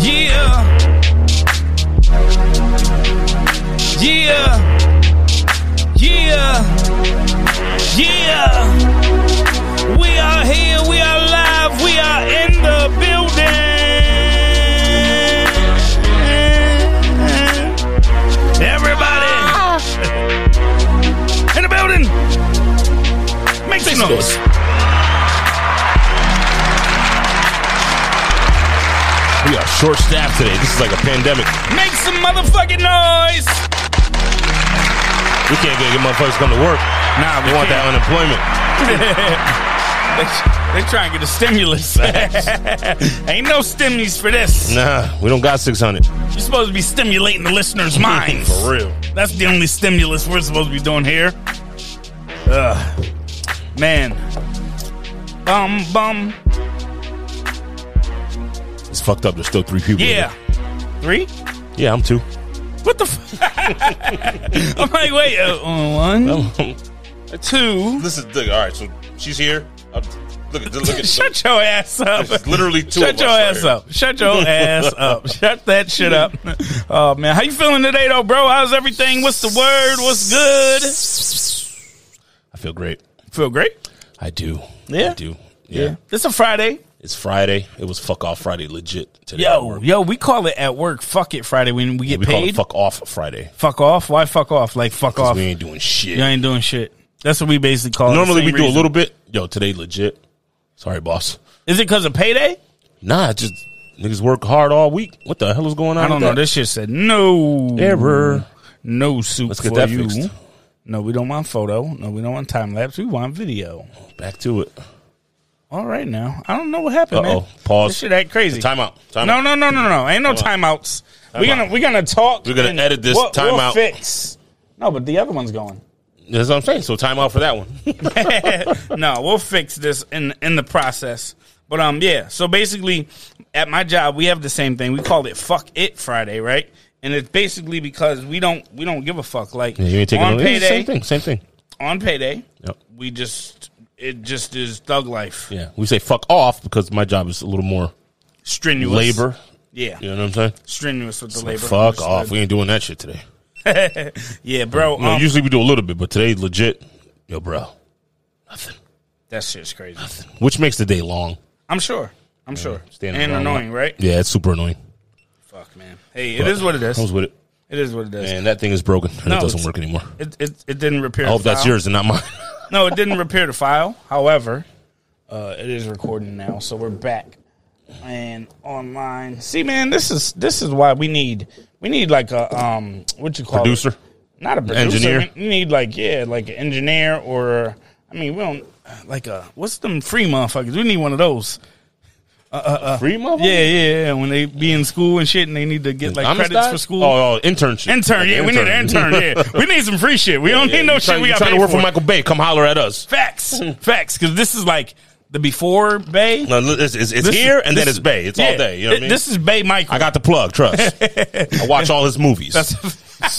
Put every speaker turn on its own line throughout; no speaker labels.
Yeah. Yeah. Yeah. Yeah. We are here. We are live. We are in the building. Everybody in the building. Make some noise.
We are short staffed today. This is like a pandemic.
Make some motherfucking noise.
We can't get get motherfuckers to come to work.
Nah,
They want that unemployment.
they, they trying to get a stimulus. Ain't no stimmies for this.
Nah, we don't got 600.
You're supposed to be stimulating the listeners' minds.
For real.
That's the only stimulus we're supposed to be doing here. Ugh. Man. Bum, bum.
It's fucked up. There's still three people. in
Yeah. Three?
here. Yeah, I'm two.
What the f- I'm like, wait. Uh, uh, one, two.
this is, look, all right, so she's here. Uh, Look at, look
Shut your ass up.
It's literally two
Shut
of us
your
right
ass
here.
up. Shut your ass up. Shut that shit up. Oh man, how you feeling today though, bro? How's everything? What's the word? What's good?
I feel great.
Feel great.
I do.
Yeah?
I do. Yeah.
It's a Friday.
It's Friday. It was fuck off Friday legit today. at
Yo,
work.
yo, we call it at work fuck it Friday when we get
we call
paid.
it
fuck.
fuck off Friday.
off. Why fuck off? Like fuck
'cause
off.
We ain't doing shit.
you ain't doing shit. That's what we basically call
Normally
it.
we
Same
do a
reason.
little bit. Yo, today legit. Sorry, boss.
Is it because of payday?
Nah, it's just niggas work hard all week. What the hell is going on?
I don't
with
know.
that?
This shit said no
error.
No soup
Let's get
for
that
you.
fixed.
No, we don't want photo. No, we don't want time lapse. We want video.
Back to it.
All right now. I don't know what happened.
Uh-oh.
man.
Pause.
This shit act crazy.
Timeout. Timeout.
No, no, no, no, no. Ain't no timeouts. we're gonna we're gonna talk.
We're gonna
and
edit this
we'll- we'll
timeout.
fix. No, but the other one's going.
That's what I'm saying. So timeout for that one.
no, we'll fix this in in the process. But um, yeah. So basically, at my job, we have the same thing. We call it "fuck it" Friday, right? And it's basically because we don't we don't give a fuck. Like
you ain't taking
on
no- it's
payday,
the Same thing. Same thing.
on payday,
Yep.
we just it just is thug life,
Yeah. We say fuck off because my job is a little more
strenuous
labor.
Yeah,
You know what I'm saying?
strenuous with the labor.
Fuck off. We ain't doing that shit today.
yeah, bro.
No,
um,
usually we do a little bit, but today legit. Yo, bro. Nothing.
that shit's crazy.
Which makes the day long.
I'm sure. I'm sure.
standing
And
around
annoying, right?
Yeah, it's super annoying.
Fuck, man. Hey, it is what it
I was
is.
with it.
It is what it is.
And that thing is broken. And
No,
it doesn't
it's-
work anymore.
It, it, it didn't repair.
I hope that's yours and not mine.
No, it didn't repair the file. However, uh, it is recording now, so we're back and online. See, man, this is this is why we need we need like a um what you call it?
Producer.
not a producer.
Engineer.
We need like yeah, like an engineer or I mean we don't like a what's them free motherfuckers. We need one of those.
Free mother?
Uh, Yeah, yeah, yeah. When they be in school and shit, and they need to get like
Amistad?
credits for school.
Oh, oh, internship.
Intern,
Like
yeah, we need an intern. Yeah, we need some free shit. We don't
Yeah,
need no
you
shit.
trying,
We
you
got
trying to
paid
work for
for.
Michael Bay? Come holler at us.
Facts, facts, because this is like the before Bay.
No, li- it's, it's, it's
This-
here and then
this-
it's Bay. It's
yeah,
all day. You know what I
thi-
mean?
This is Bay Michael.
I got the plug. Trust. I watch all his movies.
that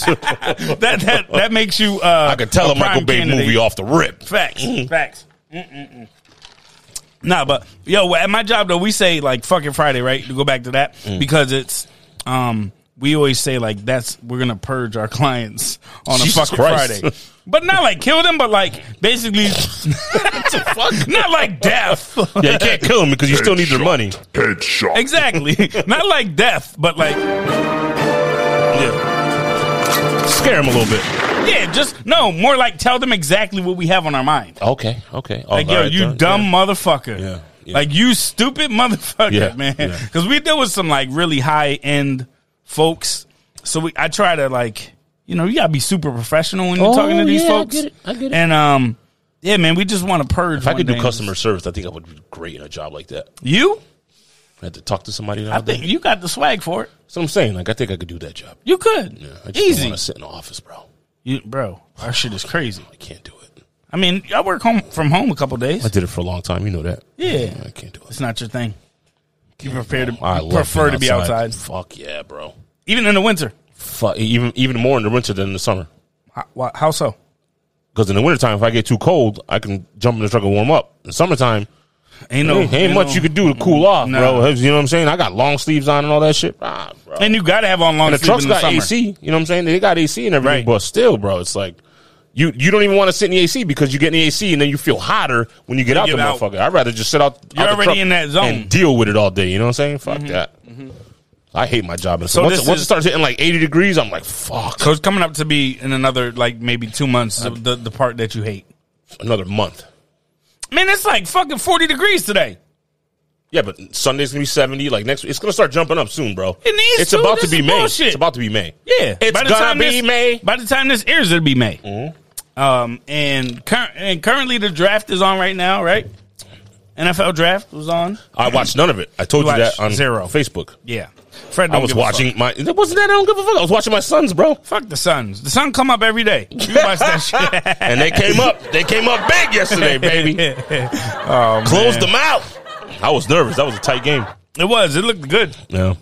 that that makes you. Uh,
I could tell a
prime
Michael Bay
candidate.
movie off the rip.
Facts,
Mm-hmm.
facts. Mm-mm-mm. Nah, but yo, at my job though, we say like fucking Friday, right? To go back to that
Mm.
because it's um. We always say like that's we're gonna purge our clients on a
Jesus
fucking
Christ.
Friday, but not like kill them, but like basically, not like death.
Yeah, you can't kill him because you still need their money.
Headshot.
Exactly. Not like death, but like
Yeah. Scare him a little bit.
yeah, just no, more like tell them exactly what we have on our mind.
Okay. Okay. Oh,
Like
all
yo,
right,
you
done.
dumb motherfucker.
Yeah, yeah.
Like you stupid motherfucker,
Yeah,
man.
yeah.
Cuz we deal with some like really high-end folks. So we I try to like, you know, you got to be super professional when you're
Oh,
talking to these
yeah, I
folks.
get it. I get it.
And um yeah, man, we just want to purge
If I could
one
do
thing.
customer service, I think I would be great in a job like that.
You?
I had to talk to somebody the
I
other
think
day.
you got the swag for it.
So I'm saying, like, I think I could do that job.
You could.
Yeah, I just don't
Easy.
want to sit in the office, bro.
You, bro, our shit is crazy.
I can't do it.
I mean, I work home from home a couple days.
I did it for a long time. You know that.
Yeah.
I can't do it.
It's not your thing. You prefer to
I love
prefer
being
to be outside,
Fuck yeah, bro.
even in the winter.
Fuck, even even more in the winter than in the summer.
How, why- how so?
Because in the wintertime, if I get too cold, I can jump in the truck and warm up. In the summertime,
Ain't
no, ain't, much
no-
you could do to cool off,
Nah.
bro. You know what I'm saying? I got long sleeves on and all that shit. Ah, bro.
And you gotta have on long
And the
sleeve
truck's
in the
got
summer.
AC. You know what I'm saying? They got AC and everything,
Right.
but still, bro, it's like you you don't even want to sit in the AC because you get in the AC and then you feel hotter when you get out
get
the
out.
motherfucker. I'd rather just sit out.
You're
out the
already
truck
in that zone. Mm-hmm.
and deal with it all day. You know what I'm saying? Fuck that. I hate my job. And so
So
once,
this
once
is-
it starts hitting like 80 degrees, I'm like, fuck,
So it's coming up to be in another like maybe two months of the, the part that you hate.
another month.
Man, it's like fucking forty degrees today.
Yeah, but Sunday's gonna be 70. Like next, week, it's gonna start jumping up soon, bro.
It needs
it's
to.
about
This
to be
is
May.
bullshit.
It's about to be May.
Yeah,
It's
By the
gonna
time
be
this-
May. Mm-hmm.
By the time this airs, it'll be May. Um, and cur- and currently the draft is on right now, right? NFL draft was on.
I watched none of it. I told you,
You
that
watched
on
zero.
Facebook.
Yeah, Fred.
I
don't
was
give a fuck.
watching my. It wasn't that I don't give a fuck. I was watching my sons, bro.
Fuck the Suns. The Sun come up every day. You watch that shit.
and they came up. They came up big yesterday,
Oh,
baby. Closed them out. I was nervous. That was a tight game.
It was. It looked good
Yeah.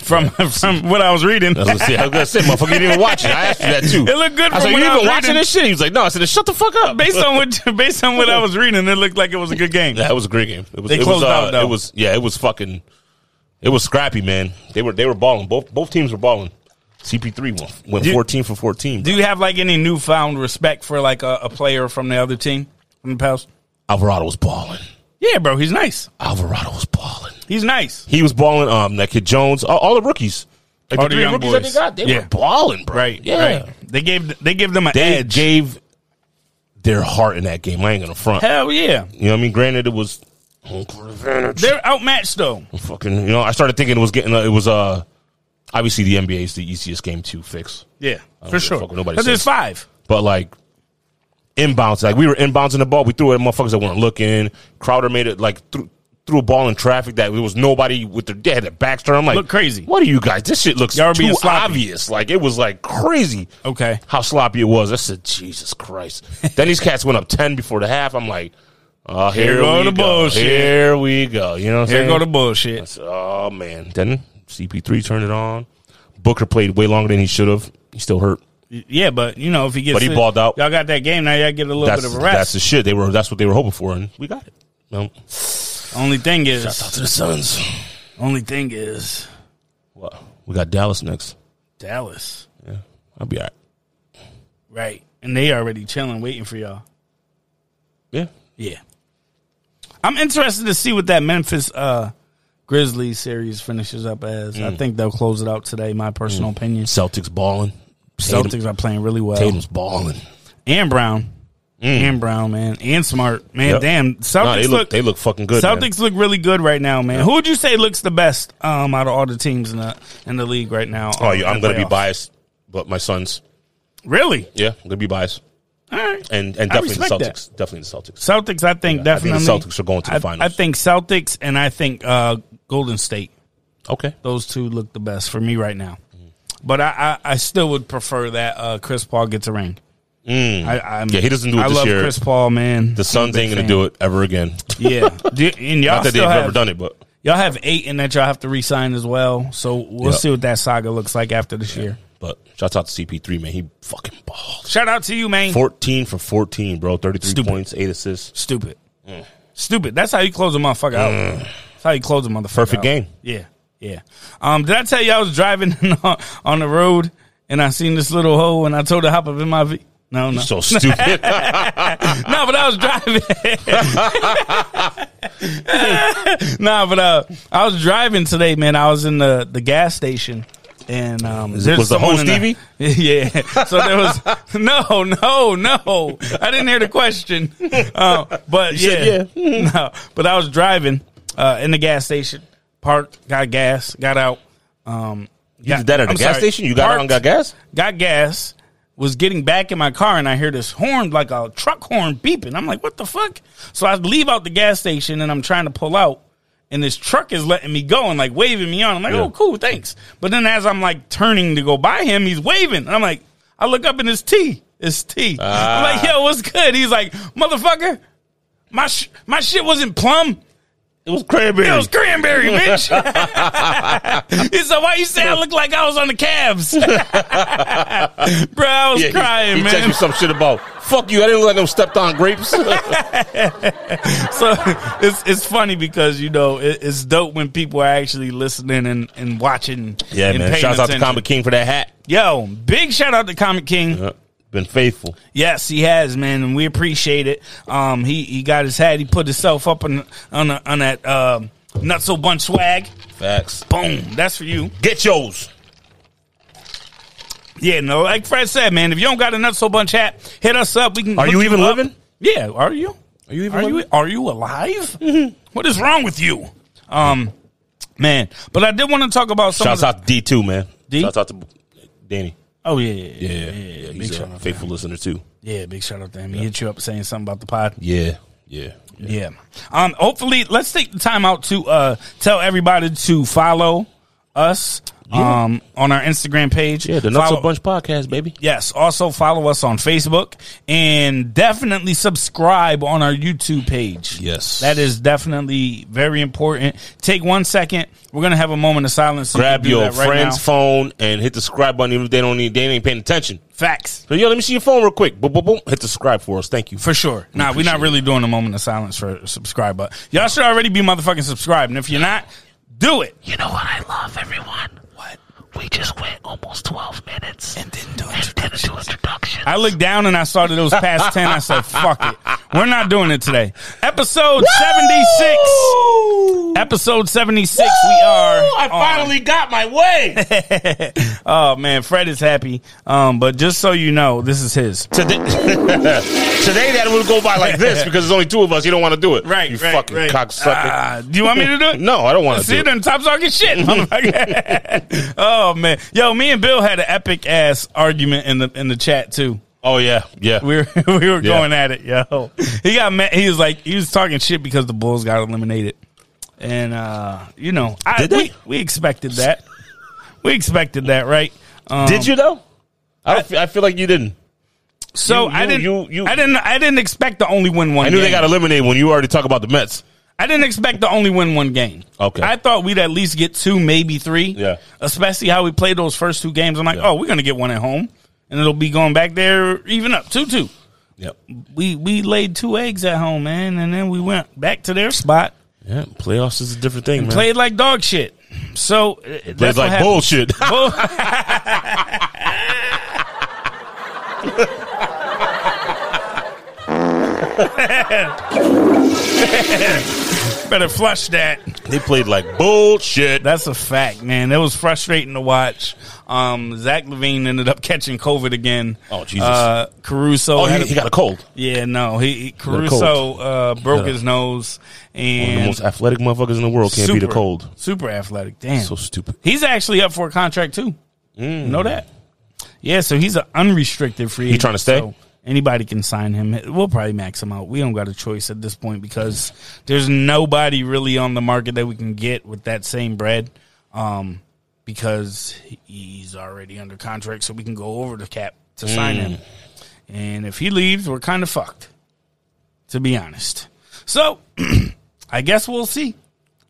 from from what I was reading.
I was gonna say, I was gonna say, motherfucker, you didn't even watch it. I asked you that too.
It looked good from
I said, you
what I
even
was
watching
reading."
this shit? He was like, no. I said, shut the fuck up.
Based on what based on what I was reading, it looked like it was a good game.
that was a great game. It was,
They
it
closed
was,
out, though.
It was yeah. It was fucking. It was scrappy, man. They were they were balling. Both both teams were balling. CP3 went, went
Do-
14 for 14.
Do you have like any newfound respect for like a, a player from the other team from the Pels?
Alvarado was balling.
Yeah, bro, he's nice.
Alvarado was balling.
He's nice.
He was balling. Um, that kid Jones. All, all the rookies. Like
All
the
the
three
young
rookies that they
boys.
got, they
Yeah.
were balling, bro.
Right.
Yeah.
Right. They gave they give them an
they
edge.
gave their heart in that game. I ain't gonna front.
Hell yeah.
You know what I mean? Granted, it was home court advantage.
They're outmatched though.
Fucking, you know, I started thinking it was getting. Uh, it was uh, obviously the NBA is the easiest game to fix,
Yeah,
don't
for
give a
sure.
fuck what nobody
Because there's
says.
five.
but like inbounds, like we were inbounds in the ball. We threw it at motherfuckers that weren't looking. Crowder made it like threw, threw a ball in traffic that there was nobody with their they had their backs turned. I'm like,
Look crazy.
What are you guys? This shit looks
Y'all being
too
sloppy.
obvious. Like it was like crazy.
Okay.
how sloppy it was. I said, Jesus Christ. then these cats went up 10 before the half. I'm like, oh, here,
Here go
we
the
go.
bullshit.
Here we go. You know what I'm
Here
saying?
go the bullshit.
So, oh, man. Then CP3 turned it on. Booker played way longer than he should have. He still hurt.
Yeah, but you know if he gets
But he
it-
balled out.
Y'all got that game now. Y'all get a little
That's,
bit of a
that's
rest.
the shit. They were, that's what they were hoping for, and we got it. No.
only thing is,
Out to the Suns.
only thing is
What? We got Dallas next.
Dallas,
I'll be all right.
right? And they already chilling, waiting for y'all.
Yeah.
Yeah. I'm interested to see what that Memphis uh Grizzlies series finishes up as. I
Mm.
think they'll close it out today, my personal opinion.
Celtics balling. Mm. Tatum-
Celtics are playing really well.
Tatum's balling.
And Brown. And Brown, man. And Smart. Man,
Yep.
damn. Celtics
No, Mm. they look,
look,
they look fucking good. man.
Celtics look really good right now, man. Who would you say looks the best um out of all the teams in the in the league right now?
Oh, yeah, I'm
going
gonna
to
be biased, but my sons.
Really?
Yeah, I'm gonna be biased,
All right.
and and
I
definitely the
respect
Celtics. Definitely the Celtics.
Celtics, I think
I think
definitely.
the Celtics are going to the
I-
finals.
I think Celtics and I think uh Golden State.
Okay,
those two look the best for me right now. But I, I, I still would prefer that uh, Chris Paul gets a ring. I, I'm,
Mm. Yeah, he doesn't do it
I
this
love
year.
Chris Paul, man.
the Suns ain't gonna
fan.
do it ever again.
yeah, D- and y'all
Not that they've
still
ever
have
done it, but
y'all have eight, and that y'all have to re-sign as well. So we'll
Yeah.
see what that saga looks like after this year.
but shouts out to CP3 man, he fucking balled.
Shout out to you, man.
Fourteen for fourteen, bro. Thirty three
Stupid.
points, eight assists.
Stupid,
Mm.
stupid. That's how you close a motherfucker out. That's how you close a motherfucker.
Perfect
out.
game.
Yeah, yeah. Um, did I tell you I was driving on, on the road and I seen this little hole and I told her to hop up in my V? No, no.
So stupid.
no, but I was driving. nah, but uh, I was driving today, man. I was in the, the gas station. And um, there's
was the
someone
host
in the- yeah. So there was no, no, no. I didn't hear the question. Uh, but yeah,
said yeah.
no. But I was driving uh, in the gas station, parked, got gas, got out. Um,
you did that at the
I'm
gas
sorry,
station. You got
parked,
on, got gas.
got gas, was getting back in my car, and I hear this horn, like a truck horn beeping. I'm like, what the fuck? So I leave out the gas station and I'm trying to pull out, and this truck is letting me go and like waving me on. I'm like,
Yeah.
oh, cool, thanks. But then as I'm like turning to go by him, he's waving. And I'm like, I look up and it's T. It's T. am like, yo, what's good? He's like, motherfucker, my sh- my shit wasn't plum.
It was cranberry.
It was cranberry, bitch. he said, "Why you say I look like I was on the Cavs, bro?" I was
Yeah, he-
crying,
he,
man.
texted me some shit about fuck you. I didn't look like them stepped on grapes.
so it's it's funny because you know it, it's dope when people are actually listening and, and watching.
yeah,
and
man.
paying
Shouts out to
attention.
Comic King for that hat.
Yo, big shout out to Comic King.
Yeah, Been faithful.
Yes, he has, man, and we appreciate it. Um, he he got his hat. He put himself up on on a, on that um nut so bunch swag.
Facts.
Boom, that's for you.
Get yours.
Yeah, no, like Fred said, man, if you don't got a nut so bunch hat, hit us up. We can.
Are
hook
you even
up.
living?
Yeah, are you?
Are you even
Are you
living? Mm-hmm.
are you alive? What is wrong with you? Um, man, but I did want to talk about some. of
Shouts
the-
out to D two man.
D?
Shouts out to Danny.
Oh yeah, yeah, yeah, yeah,
Yeah, yeah,
big
he's
shout
a
out.
faithful listener too.
Yeah, big shout out to him. He hit you up saying something about the pod.
Yeah, yeah.
Yeah. Um. Hopefully, let's take the time out to uh tell everybody to follow us um on our Instagram page.
Yeah, the Nuts
Follow-
a Bunch podcast, baby.
Yes. Also follow us on Facebook and definitely subscribe on our YouTube page.
Yes.
That is definitely very important. Take one second. We're gonna have a moment of silence. so you
Grab
can do
your
that right
friend's
now.
phone and hit the subscribe button even if they don't need they ain't paying attention.
Facts.
So yo, let me see your phone real quick. Boom, boom, boom. Hit the subscribe for us. Thank you.
For sure. nah, we're not really doing a moment of silence for subscribe, but y'all should already be motherfucking subscribed. And if you're not, do it.
You know what I love, everyone? What? We just went almost 12 minutes. And didn't do introductions.
I looked down and I saw that it was past 10. I said, fuck it. We're not doing it today. Episode 76. Episode 76. We are.
I finally got my way.
Oh, man. Fred is happy. Um, but just so you know, this is his.
Today, today that would go by like this because there's only two of us. You don't want to do it,
Right.
You
right,
fucking
right.
cocksucker.
Ah, do you want me to do it?
no, I don't want to
See,
do it.
them top talking shit. motherfucker. oh man, yo, me and Bill had an epic ass argument in the in the chat too.
Oh yeah, yeah.
We were we were
Yeah.
going at it, yo. He got mad. He was like, he was talking shit because the Bulls got eliminated, and uh, you know, I,
Did they?
We, we expected that. we expected that, right? Um,
Did you though? I don't. feel, I feel like you didn't.
So
you-
I
you-
didn't.
you- you-
I didn't. I didn't expect to only win one.
I knew they
game.
got eliminated when you already talk about the Mets.
I didn't expect to only win one game.
Okay.
I thought we'd at least get two, maybe three.
Yeah.
Especially how we played those first two games. I'm like,
Yeah.
oh, we're gonna get one at home, and it'll be going back there even up two two.
Yep.
We we laid two eggs at home, man, and then we went back to their spot,
Yeah. Playoffs is a different thing, man.
played like dog shit. So uh, that's
Plays
what
like
happened.
bullshit.
Bull- Better flush that.
they played like bullshit.
That's a fact, man. That was frustrating to watch. Um, Zach Levine ended up catching COVID again.
Oh, Jesus.
Uh, Caruso.
oh,
had
he,
a-
he got a cold.
yeah, no. He, he-
got a
Caruso uh, broke
Yeah.
his nose
One of
and
the most athletic motherfuckers in the world can't beat a cold.
Super athletic. Damn.
So stupid.
he's actually up for a contract too. You know that? Yeah. So he's an unrestricted free. agent,
trying to stay?
so anybody can sign him. We'll probably max him out. We don't got a choice at this point because there's nobody really on the market that we can get with that same bread. Um, because he's already under contract, so we can go over the cap to sign him. And if he leaves, we're kind of fucked, to be honest. So I guess we'll see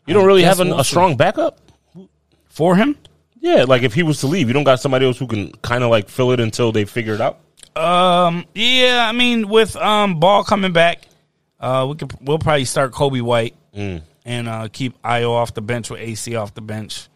You don't really
guess
have an,
we'll
a
see.
strong backup.
for him.
Yeah, like if he was to leave, you don't got somebody else who can kind of like fill it until they figure it out.
Um, yeah, I mean, with um Ball coming back, uh, we could we'll probably start Kobe White
Mm.
and uh, keep Io off the bench with AC off the bench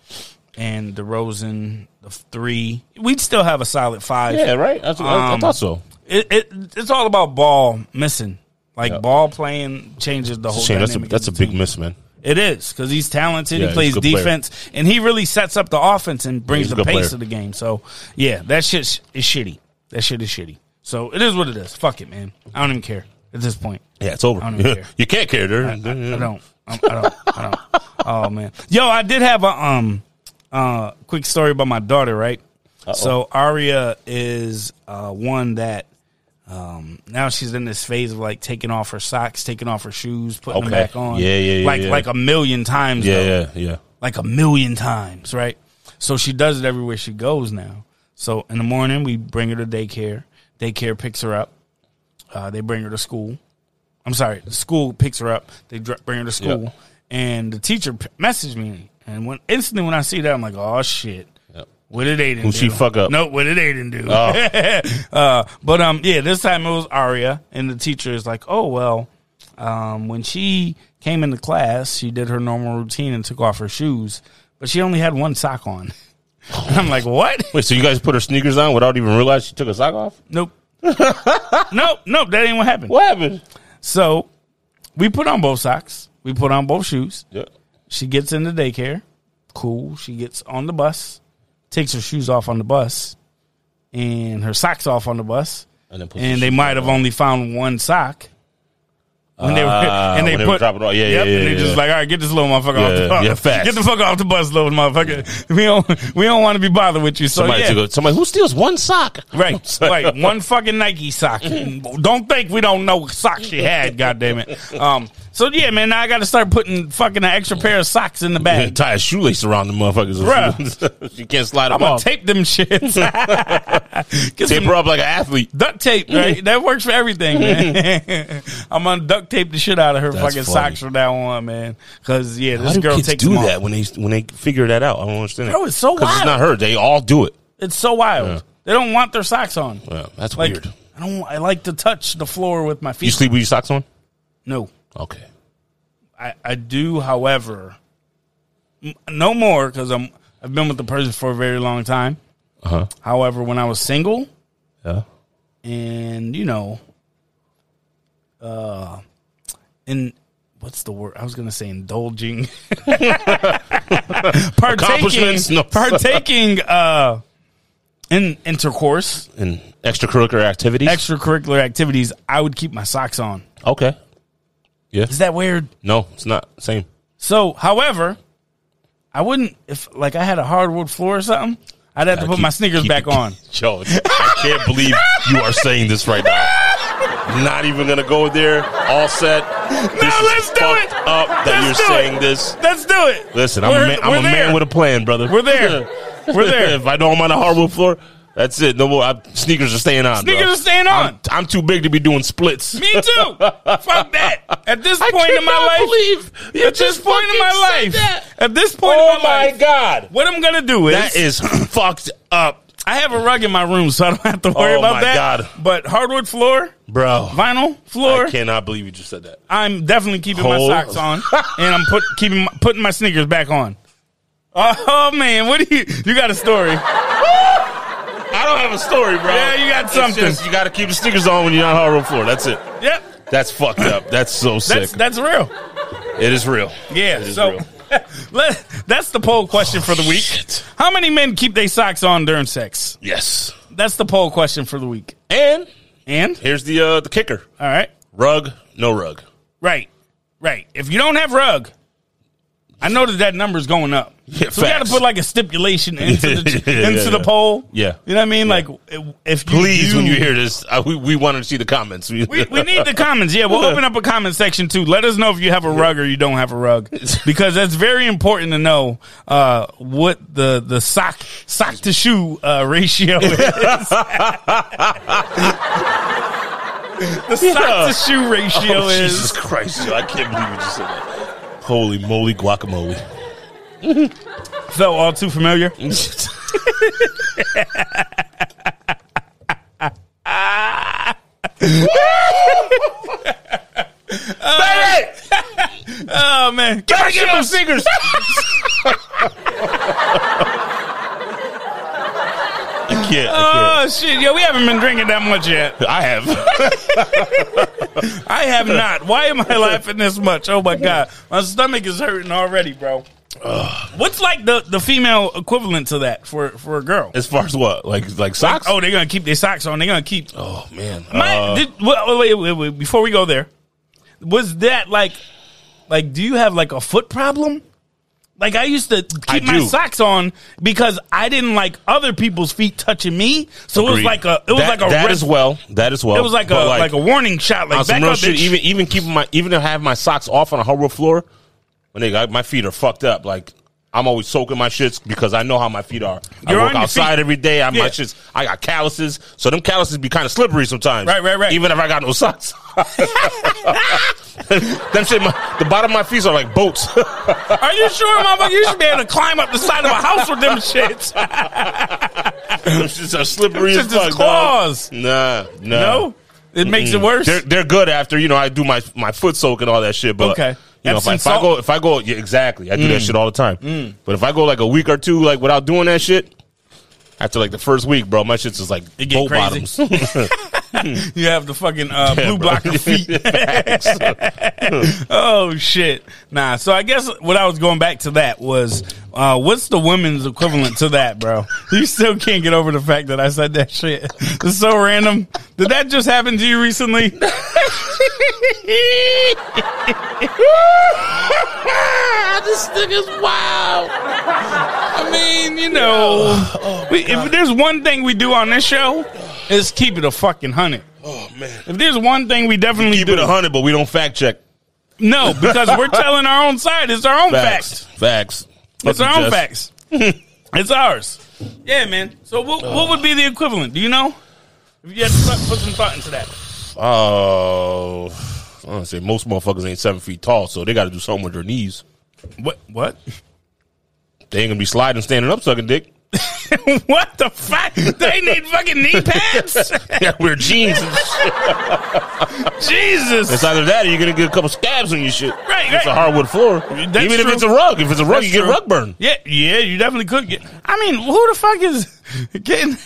and DeRozan the three. We'd still have a solid five.
Yeah, right. That's, I, I
Um,
thought so.
It, it it's all about Ball missing. Like ball playing changes the whole.
Shane, that's a
dynamic of
that's
the
a big
team.
miss, man.
It is because he's talented. he
Yeah, he's a
plays
good player.
defense, and he really sets up the offense and brings
he's a
the
good
pace
player.
of the game. So yeah, that shit is shitty. That shit is shitty. So it is what it is. Fuck it, man. I don't even care at this point.
Yeah, it's over.
I don't care.
you can't care, dude.
I, I don't. I don't. I don't. Oh man, yo, I did have a um uh quick story about my daughter, right? So Aria is uh one that Um, now she's in this phase of like taking off her socks, taking off her shoes, putting them
Okay.
back on.
Yeah, yeah, yeah,
Like
yeah.
like a million times. though.
Yeah, yeah, yeah.
like a million times, right? So she does it everywhere she goes now. So in the morning, we bring her to daycare. Daycare picks her up. Uh, they bring her to school. I'm sorry, the school picks her up. They dr- bring her to school,
Yep.
and the teacher p- messaged me. And when instantly when I see that, I'm like, oh shit.
Yep.
What did Aiden
Who
do?
she fuck up? Oh.
No, what did Aiden do? uh, but um, yeah, this time it was Aria, and the teacher is like, "Oh well, um, when she came into class, she did her normal routine and took off her shoes, but she only had one sock on." And I'm like, "What?
Wait, so you guys put her sneakers on without even realizing she took her sock off?
Nope, nope, nope. That ain't what happened."
What happened?
So we put on both socks, we put on both shoes.
Yeah.
She gets into daycare. Cool. She gets on the bus, takes her shoes off on the bus, and her socks off on the bus.
And, then puts
and
the
they
shoes
might have
on.
only found one sock. When they were,
Ah,
and they
when they
put
were dropping off. Yeah, yeah, yeah,
And they
yeah,
just
yeah.
like, all right, get this little motherfucker off the
Yeah,
bus.
yeah, facts.
Get the fuck off the bus, little motherfucker. We don't, we don't want to be bothered with you. So
Somebody
yeah,
took a, somebody who steals one sock.
right, right. One fucking Nike sock. Don't think we don't know what sock she had. God damn it. Um. So yeah, man, now I got to start putting fucking an extra pair of socks in the bag.
Tie a shoelace around the motherfuckers.
Bruh.
you can't slide
I'm
them
gonna
off.
tape them shits. Get
Tape her up like an athlete.
duct tape, right? that works for everything, man. I'm gonna duct tape the shit out of her
That's
fucking
funny.
socks from now on, man. Cause yeah,
How
this
do
girl
kids
takes
do
them
that
Off.
when they when they figure that out? I don't understand.
Bro, it's so
'Cause
wild.
It's not her. They all do it.
It's so wild. They don't want their socks on.
Yeah, that's
like
weird.
I don't. I like to touch the floor with my feet.
You sleep with your socks on?
No,
Okay.
I, I do. However, m- no more because I'm I've been with the person for a very long time.
Uh huh.
However, when I was single,
Yeah.
and you know, uh, in what's the word? I was gonna say indulging, partaking,
Accomplishments? No.
partaking uh, in intercourse,
And extracurricular activities.
extracurricular activities. I would keep my socks on.
okay.
Is that weird?
No, it's not same.
So, however, I wouldn't if like I had a hardwood floor or something. I'd have to put
Keep-
my sneakers
keep-
back on.
Yo, I can't believe you are saying this right now. Not even gonna go there. All set. This is
let's do
fucked
it.
Up that
Let's
you're
do
saying
it.
this.
Let's do it.
Listen, I'm
We're-
a man,
we're
I'm a man
there.
with a plan, brother.
We're there. We're there.
if I don't mind a hardwood floor, that's it. No more. I, sneakers are staying on. bro.
Sneakers are staying on.
I'm, I'm too big to be doing splits.
Me too. Fuck that. At this point in my life,
life.
at this point in my life, at this point
Oh
in my,
my
life,
god,
what I'm gonna do is,
that is fucked up,
I have a rug in my room, so I don't have to worry
Oh
about
my
that.
God.
But hardwood floor,
bro.
vinyl floor,
I cannot believe you just said that.
I'm definitely keeping
Whole-
my socks on, and I'm put keeping my, putting my sneakers back on. Oh man, what do you? You got a story?
I don't have a story, bro.
Yeah, you got
It's
something.
just you got to keep the sneakers on when you're on hardwood floor. That's it.
Yep,
That's fucked up. That's so sick.
that's that's real.
it is real.
Yeah,
It is
so
real.
let, that's the poll question for the week.
shit.
How many men keep their socks on during sex?
Yes.
That's the poll question for the week.
And
And
here's the uh, the kicker:
all right,
rug, no rug.
right, right. If you don't have rug, I know that that number's going up.
Yeah,
so we got to
facts.
put like a stipulation into the
Yeah, yeah,
into the
yeah.
poll.
Yeah.
you know what I mean. Like if you
Please,
do-
when you hear this, uh, we we want to see the comments. We,
We, we need the comments. Yeah, we'll open up a comment section too. Let us know if you have a rug or you don't have a rug, because that's very important to know uh, what the the sock sock to shoe uh, ratio is. the sock to shoe ratio
Oh,
is.
Jesus Christ, yo, I can't believe you just said that. Holy moly guacamole.
Felt all too familiar. Oh man, get back in my sneakers.
I can't. I,
Oh shit, yo, we haven't been drinking that much yet.
can't. I have.
I have not. Why am I laughing this much? Oh my god, my stomach is hurting already, bro. What's like the, the female equivalent to that for for a girl?
As far as what? Like like socks?
Oh, they're gonna keep their socks on. They're gonna keep.
Oh, man.
My,
Uh,
did, wait, wait, wait, wait, before we go there, was that like like do you have like a foot problem? Like I used to keep
I
my
do.
socks on because I didn't like other people's feet touching me. So it was
Agreed.
like a it was
That-
like a
that
red-
as well. That as well.
it was like a
But,
like, a warning shot.
on
Like
some
back
real
up,
shit.
bitch.
Even even keeping my even if I have my socks off on a hardwood floor, my nigga, I, my feet are fucked up. Like I'm always soaking my shits because I know how my feet are.
You're
I
on
work
your
outside
feet.
every day. I
Yeah.
my shits. I got calluses, so them calluses be kind of slippery sometimes.
Right, right, right.
Even if I got no socks, them shit. My, the bottom of my feet are like boats.
Are you sure, motherfucker? You should be able to climb up the side of a house with them shits.
Uh, them shits are slippery
Them
as
shits is
fuck. dog.
claws.
Nah, nah.
No, it makes
mm,
it worse.
They're they're good after you know I do my my foot soak and all that shit. But
Okay.
you know if
Epsom
I, if I
salt? Mm.
go if I go yeah, exactly I do that shit all the time. But if I go like a week or two like without doing that shit, after like the first week, bro, my shit's just like
get
boat
crazy.
bottoms.
You have the fucking uh, blue
bro.
blocker feet. oh shit! Nah. So I guess what I was going back to that was, uh, what's the women's equivalent to that, bro? You still can't get over the fact that I said that shit. It's so random. Did that just happen to you recently? Ah,
this nigga's wild.
I mean, you know, we, if there's one thing we do on this show, is keep it a fucking hundred.
oh man,
If there's one thing we definitely
keep
do,
it a hundred, but we don't fact check
no, because we're telling our own side. It's our own fact.
facts. Facts.
It's
Fuck
our
you,
own
Jess.
facts. it's ours. Yeah, man. So what what would be the equivalent? Do you know? If you had to put- put some thought into that.
Oh, I wanna say most motherfuckers ain't seven feet tall, so they got to do something with their knees.
What what?
They ain't gonna be sliding, standing up, sucking dick.
what the fuck? They need fucking knee pads?
Yeah, wear jeans. and shit.
Jesus.
It's either that or you're gonna get a couple stabs on your shit.
Right,
It's a
right.
hardwood floor.
That's
Even
true.
if it's a rug, if it's a rug,
That's
you get
true.
rug burn.
Yeah, yeah, you definitely could get I mean, who the fuck is getting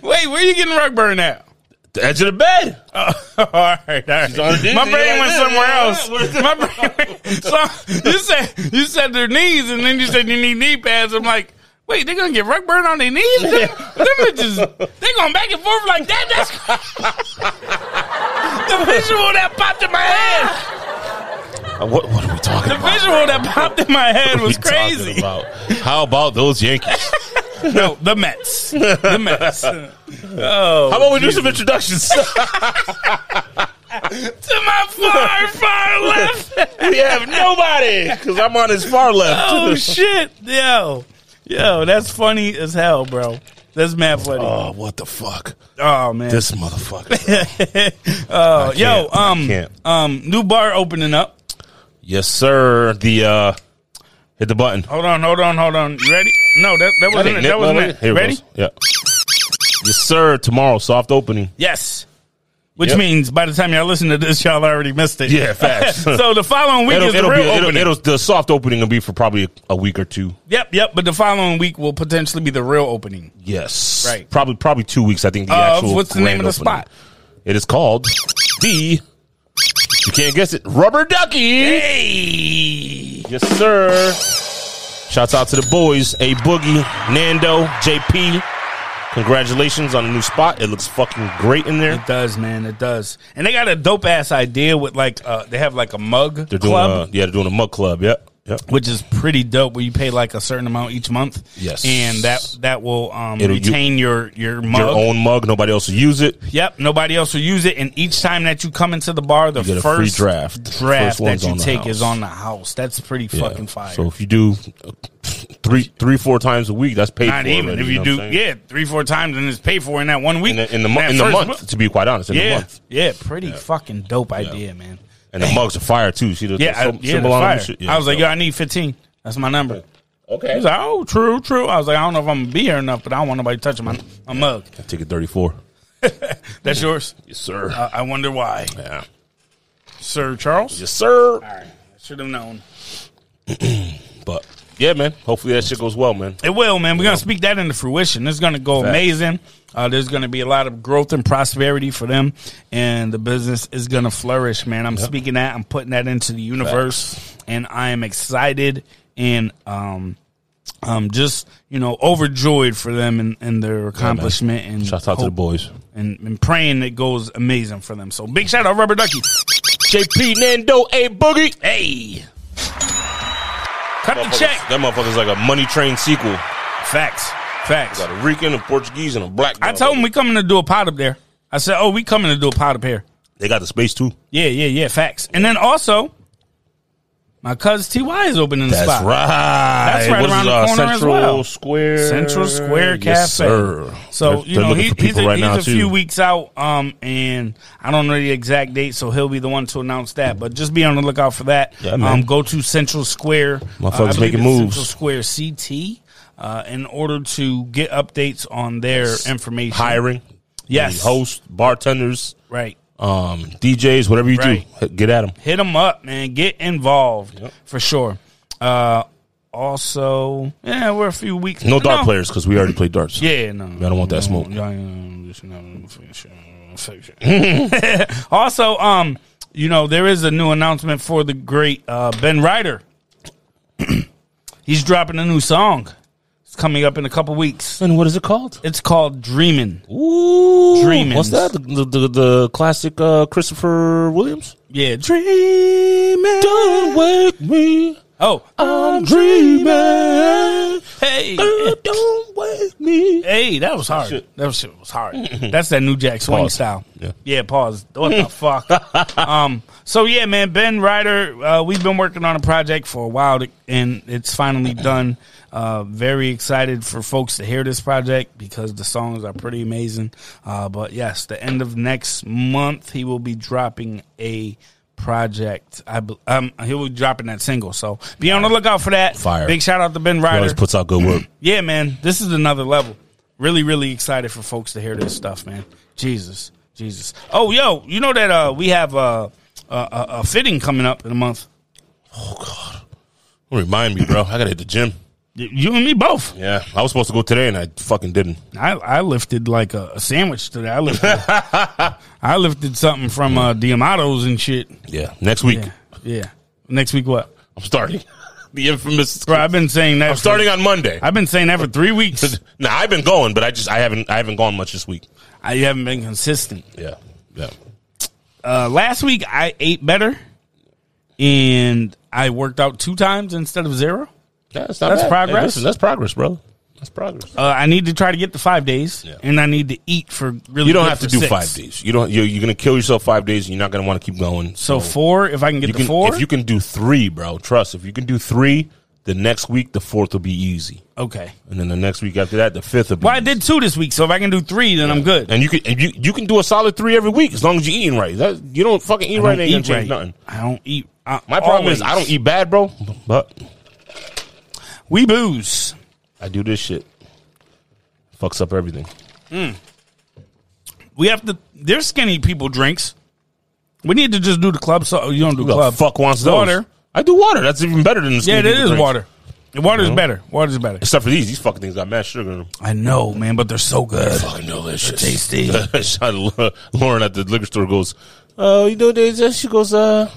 Wait, where you getting rug burn at?
The edge of the bed.
Oh, all right, all right.
on Disney
My brain
like
went
that.
somewhere
Yeah,
else. My brain. So you said you said their knees, and then you said you need knee pads. I'm like, wait, they're gonna get rug burn on their knees? Them, them bitches, they going back and forth like that. That's the visual that popped in my head.
Uh, What, what are we talking
The
about?
visual that popped in my head
What are
was
we talking
crazy.
about? How about those Yankees?
No, the Mets, the Mets. Oh,
How about we do some introductions?
to my far, far left.
we have nobody because I'm on his far left.
Oh shit, yo, yo, that's funny as hell, bro. That's mad funny. Oh,
Oh, what the fuck!
man,
This motherfucker.
oh, yo,
I
um,
can't.
um, new bar opening up.
yes, sir. The uh, hit the button.
Hold on, hold on, hold on. You ready? No, that that Oh, wasn't it. That wasn't it.
Here it
Ready?
goes. Yeah. Yes, sir. Tomorrow, soft opening.
Yes. Which
Yep.
means by the time y'all listen to this, y'all already missed it.
Yeah, facts.
so the following week is the real
be,
opening.
It'll, it'll, the soft opening will be for probably a, a week or two.
yep, yep. But the following week will potentially be the real opening.
Yes,
Right.
Probably, probably two weeks. I think the
Of-
actual.
what's the name
grand
of the
opening.
spot?
It is called the. You can't guess it. Rubber Ducky.
Hey,
Yes, sir. Shouts out to the boys, A Boogie, Nando, JP. Congratulations on the new spot. It looks fucking great in there.
it does, man. It does. And they got a dope ass idea with like uh, they have like a mug
They're doing,
club.
a, yeah, they're doing a mug club. Yep, yep.
which is pretty dope. Where you pay like a certain amount each month.
Yes.
and that that will um,
It'll- you-
retain your your mug.
Your own mug. Nobody else will use it.
Yep, nobody else will use it. And each time that you come into the bar, the
get a
first
free draft.
draft
First one's
that you
on the
take
house.
is on the house. That's pretty
Yeah.
fucking fire.
So if you do uh, three, three, four times a week, that's paid
Not
for.
even
already,
if
you
you
know
do,
what I'm saying?
yeah, three four times and it's paid for in that one week
In the, in the, mo-
That
in the
first
month,
month.
to be quite honest, in the
Yeah,
month.
yeah, pretty fucking dope idea, man.
And the mugs are fire too. See the, the
Yeah, I,
sym-
yeah, the
symbol on them
fire.
and shit? Yeah,
I was like,
so-
yo, I need fifteen. That's my number.
okay.
He's like, oh, true, true. I was like, I don't know if I'm gonna be here enough, but I don't want nobody touching my, my mug.
Ticket thirty four.
That's yours.
Yes, sir.
Uh, I wonder why,
yeah.
Sir Charles.
Yes, sir.
Should have known.
But yeah, man. Hopefully that shit goes well, man.
It will, man. We're gonna speak that into fruition. It's gonna go
Facts.
amazing. Uh, there's gonna be a lot of growth and prosperity for them, and the business is gonna flourish, man. I'm speaking that. I'm putting that into the universe, and I am excited and um, um, just you know overjoyed for them and, and their accomplishment. and
Shout out to the
hope
boys.
and, and praying it goes amazing for them. So big shout out, Rubber Ducky.
JP Nando A Boogie. Hey.
Cut the
Motherfuckers-
check.
That motherfucker's like a money train sequel.
Facts. Facts.
Got a Rican, a Portuguese, and a black.
I
motherfucker.
told him we coming to do a pot up there. I said, oh, we coming to do a pot up here.
they got the space too.
Yeah, yeah, yeah. Facts. And then also, my cuz Ty is opening the
That's
spot.
right. That's
right around the corner as
uh, Central
well.
Square.
Central Square Cafe.
Yes, sir.
So
They're-
you
they're
know
looking
he,
for
he's
people
a,
right
he's
now,
a
too.
few weeks out, um, and I don't know the exact date, so he'll be the one to announce that. But just be on the lookout for that.
Yeah, man.
um, go to Central Square. uh, I
Motherfuckers
believe
making
it's
moves.
Central Square CT. Uh, in order to get updates on their information,
Hiring.
Yes.
Hosts, bartenders,
right?
um, DJs, whatever you
Right.
do, get at them.
Hit them up, man. Get involved for sure. Uh, also, yeah, we're a few weeks.
No dart players because we already played darts.
Yeah, no.
I don't want that smoke.
Yeah, yeah, just, you know, fish, uh, fish. also, um, you know, there is a new announcement for the great uh, Ben Ryder. He's dropping a new song. It's coming up in a couple weeks.
And what is it called?
It's called Dreamin'.
Ooh,
Dreamins.
What's that? The, the, the, the classic uh, Christopher Williams.
Yeah, Dreamin'.
Don't wake me.
Oh,
I'm dreaming.
hey.
Don't wake me.
Hey, that was hard. That was, shit was hard. That's that New Jack Swing
Pause.
style.
Yeah.
pause. What the fuck? Um, so yeah, man, Ben Ryder, uh, we've been working on a project for a while, to- and it's finally done. Uh, very excited for folks to hear this project because the songs are pretty amazing. Uh, but yes, the end of next month, he will be dropping a project. I bel- um, he will be dropping that single. So be on the lookout for that.
Fire.
Big shout out to Ben
He
Ryder.
always puts out good work.
Yeah, man, this is another level. Really, really excited for folks to hear this stuff, man. Jesus, Jesus. Oh, yo, you know that uh, we have uh, a, a, a fitting coming up in a month.
Don't remind me, bro. I gotta hit the gym.
Y- You and me both.
Yeah, I was supposed to go today and I fucking didn't.
I, I lifted like a, a sandwich today. I lifted, I lifted something from uh, Diamato's and shit.
Yeah, next week
Yeah, yeah. Next week, what?
I'm starting. the infamous.
Bro, I've been saying that.
I'm starting on Monday.
I've been saying that for three weeks.
Nah, I've been going, but I just I haven't I haven't gone much this week.
I haven't been consistent.
Yeah, yeah.
uh, last week I ate better and I worked out two times instead of zero.
That's not
That's
bad.
progress.
listen, that's progress, bro. That's progress.
Uh, I need to try to get to five days
Yeah.
and I need to eat for really
you don't
good
have to
for
do
six.
five days. You don't. You're, you're gonna kill yourself five days, and you're not gonna want to keep going.
So four, if I can get
you
to
can,
four,
if you can do three, bro. Trust. If you can do three, the next week the fourth will be easy,
okay.
and then the next week after that the fifth will be.
Well, I
easy.
did two this week, so if I can do three, then I'm good.
And you can and you you can do a solid three every week as long as you're eating right. That, you don't fucking eat
I
right,
don't
ain't gonna
eat
change
right.
nothing.
I don't eat. I,
My problem is I
always-
don't eat bad, bro. But
We booze.
I do this shit. Fucks up everything.
We have to. There's skinny people drinks. We need to just do the club. So you don't do
Who the
club.
fuck wants those?
Water.
I do water. That's even better than the
Yeah,
skinny
it
people
is
drinks.
water. Water's better. Water's better.
Except for these, these fucking things got mad sugar in them.
I know, man, but they're so good.
Fucking delicious,
tasty.
Lauren at the liquor store goes, "Oh, you know there's this." She goes, "Uh,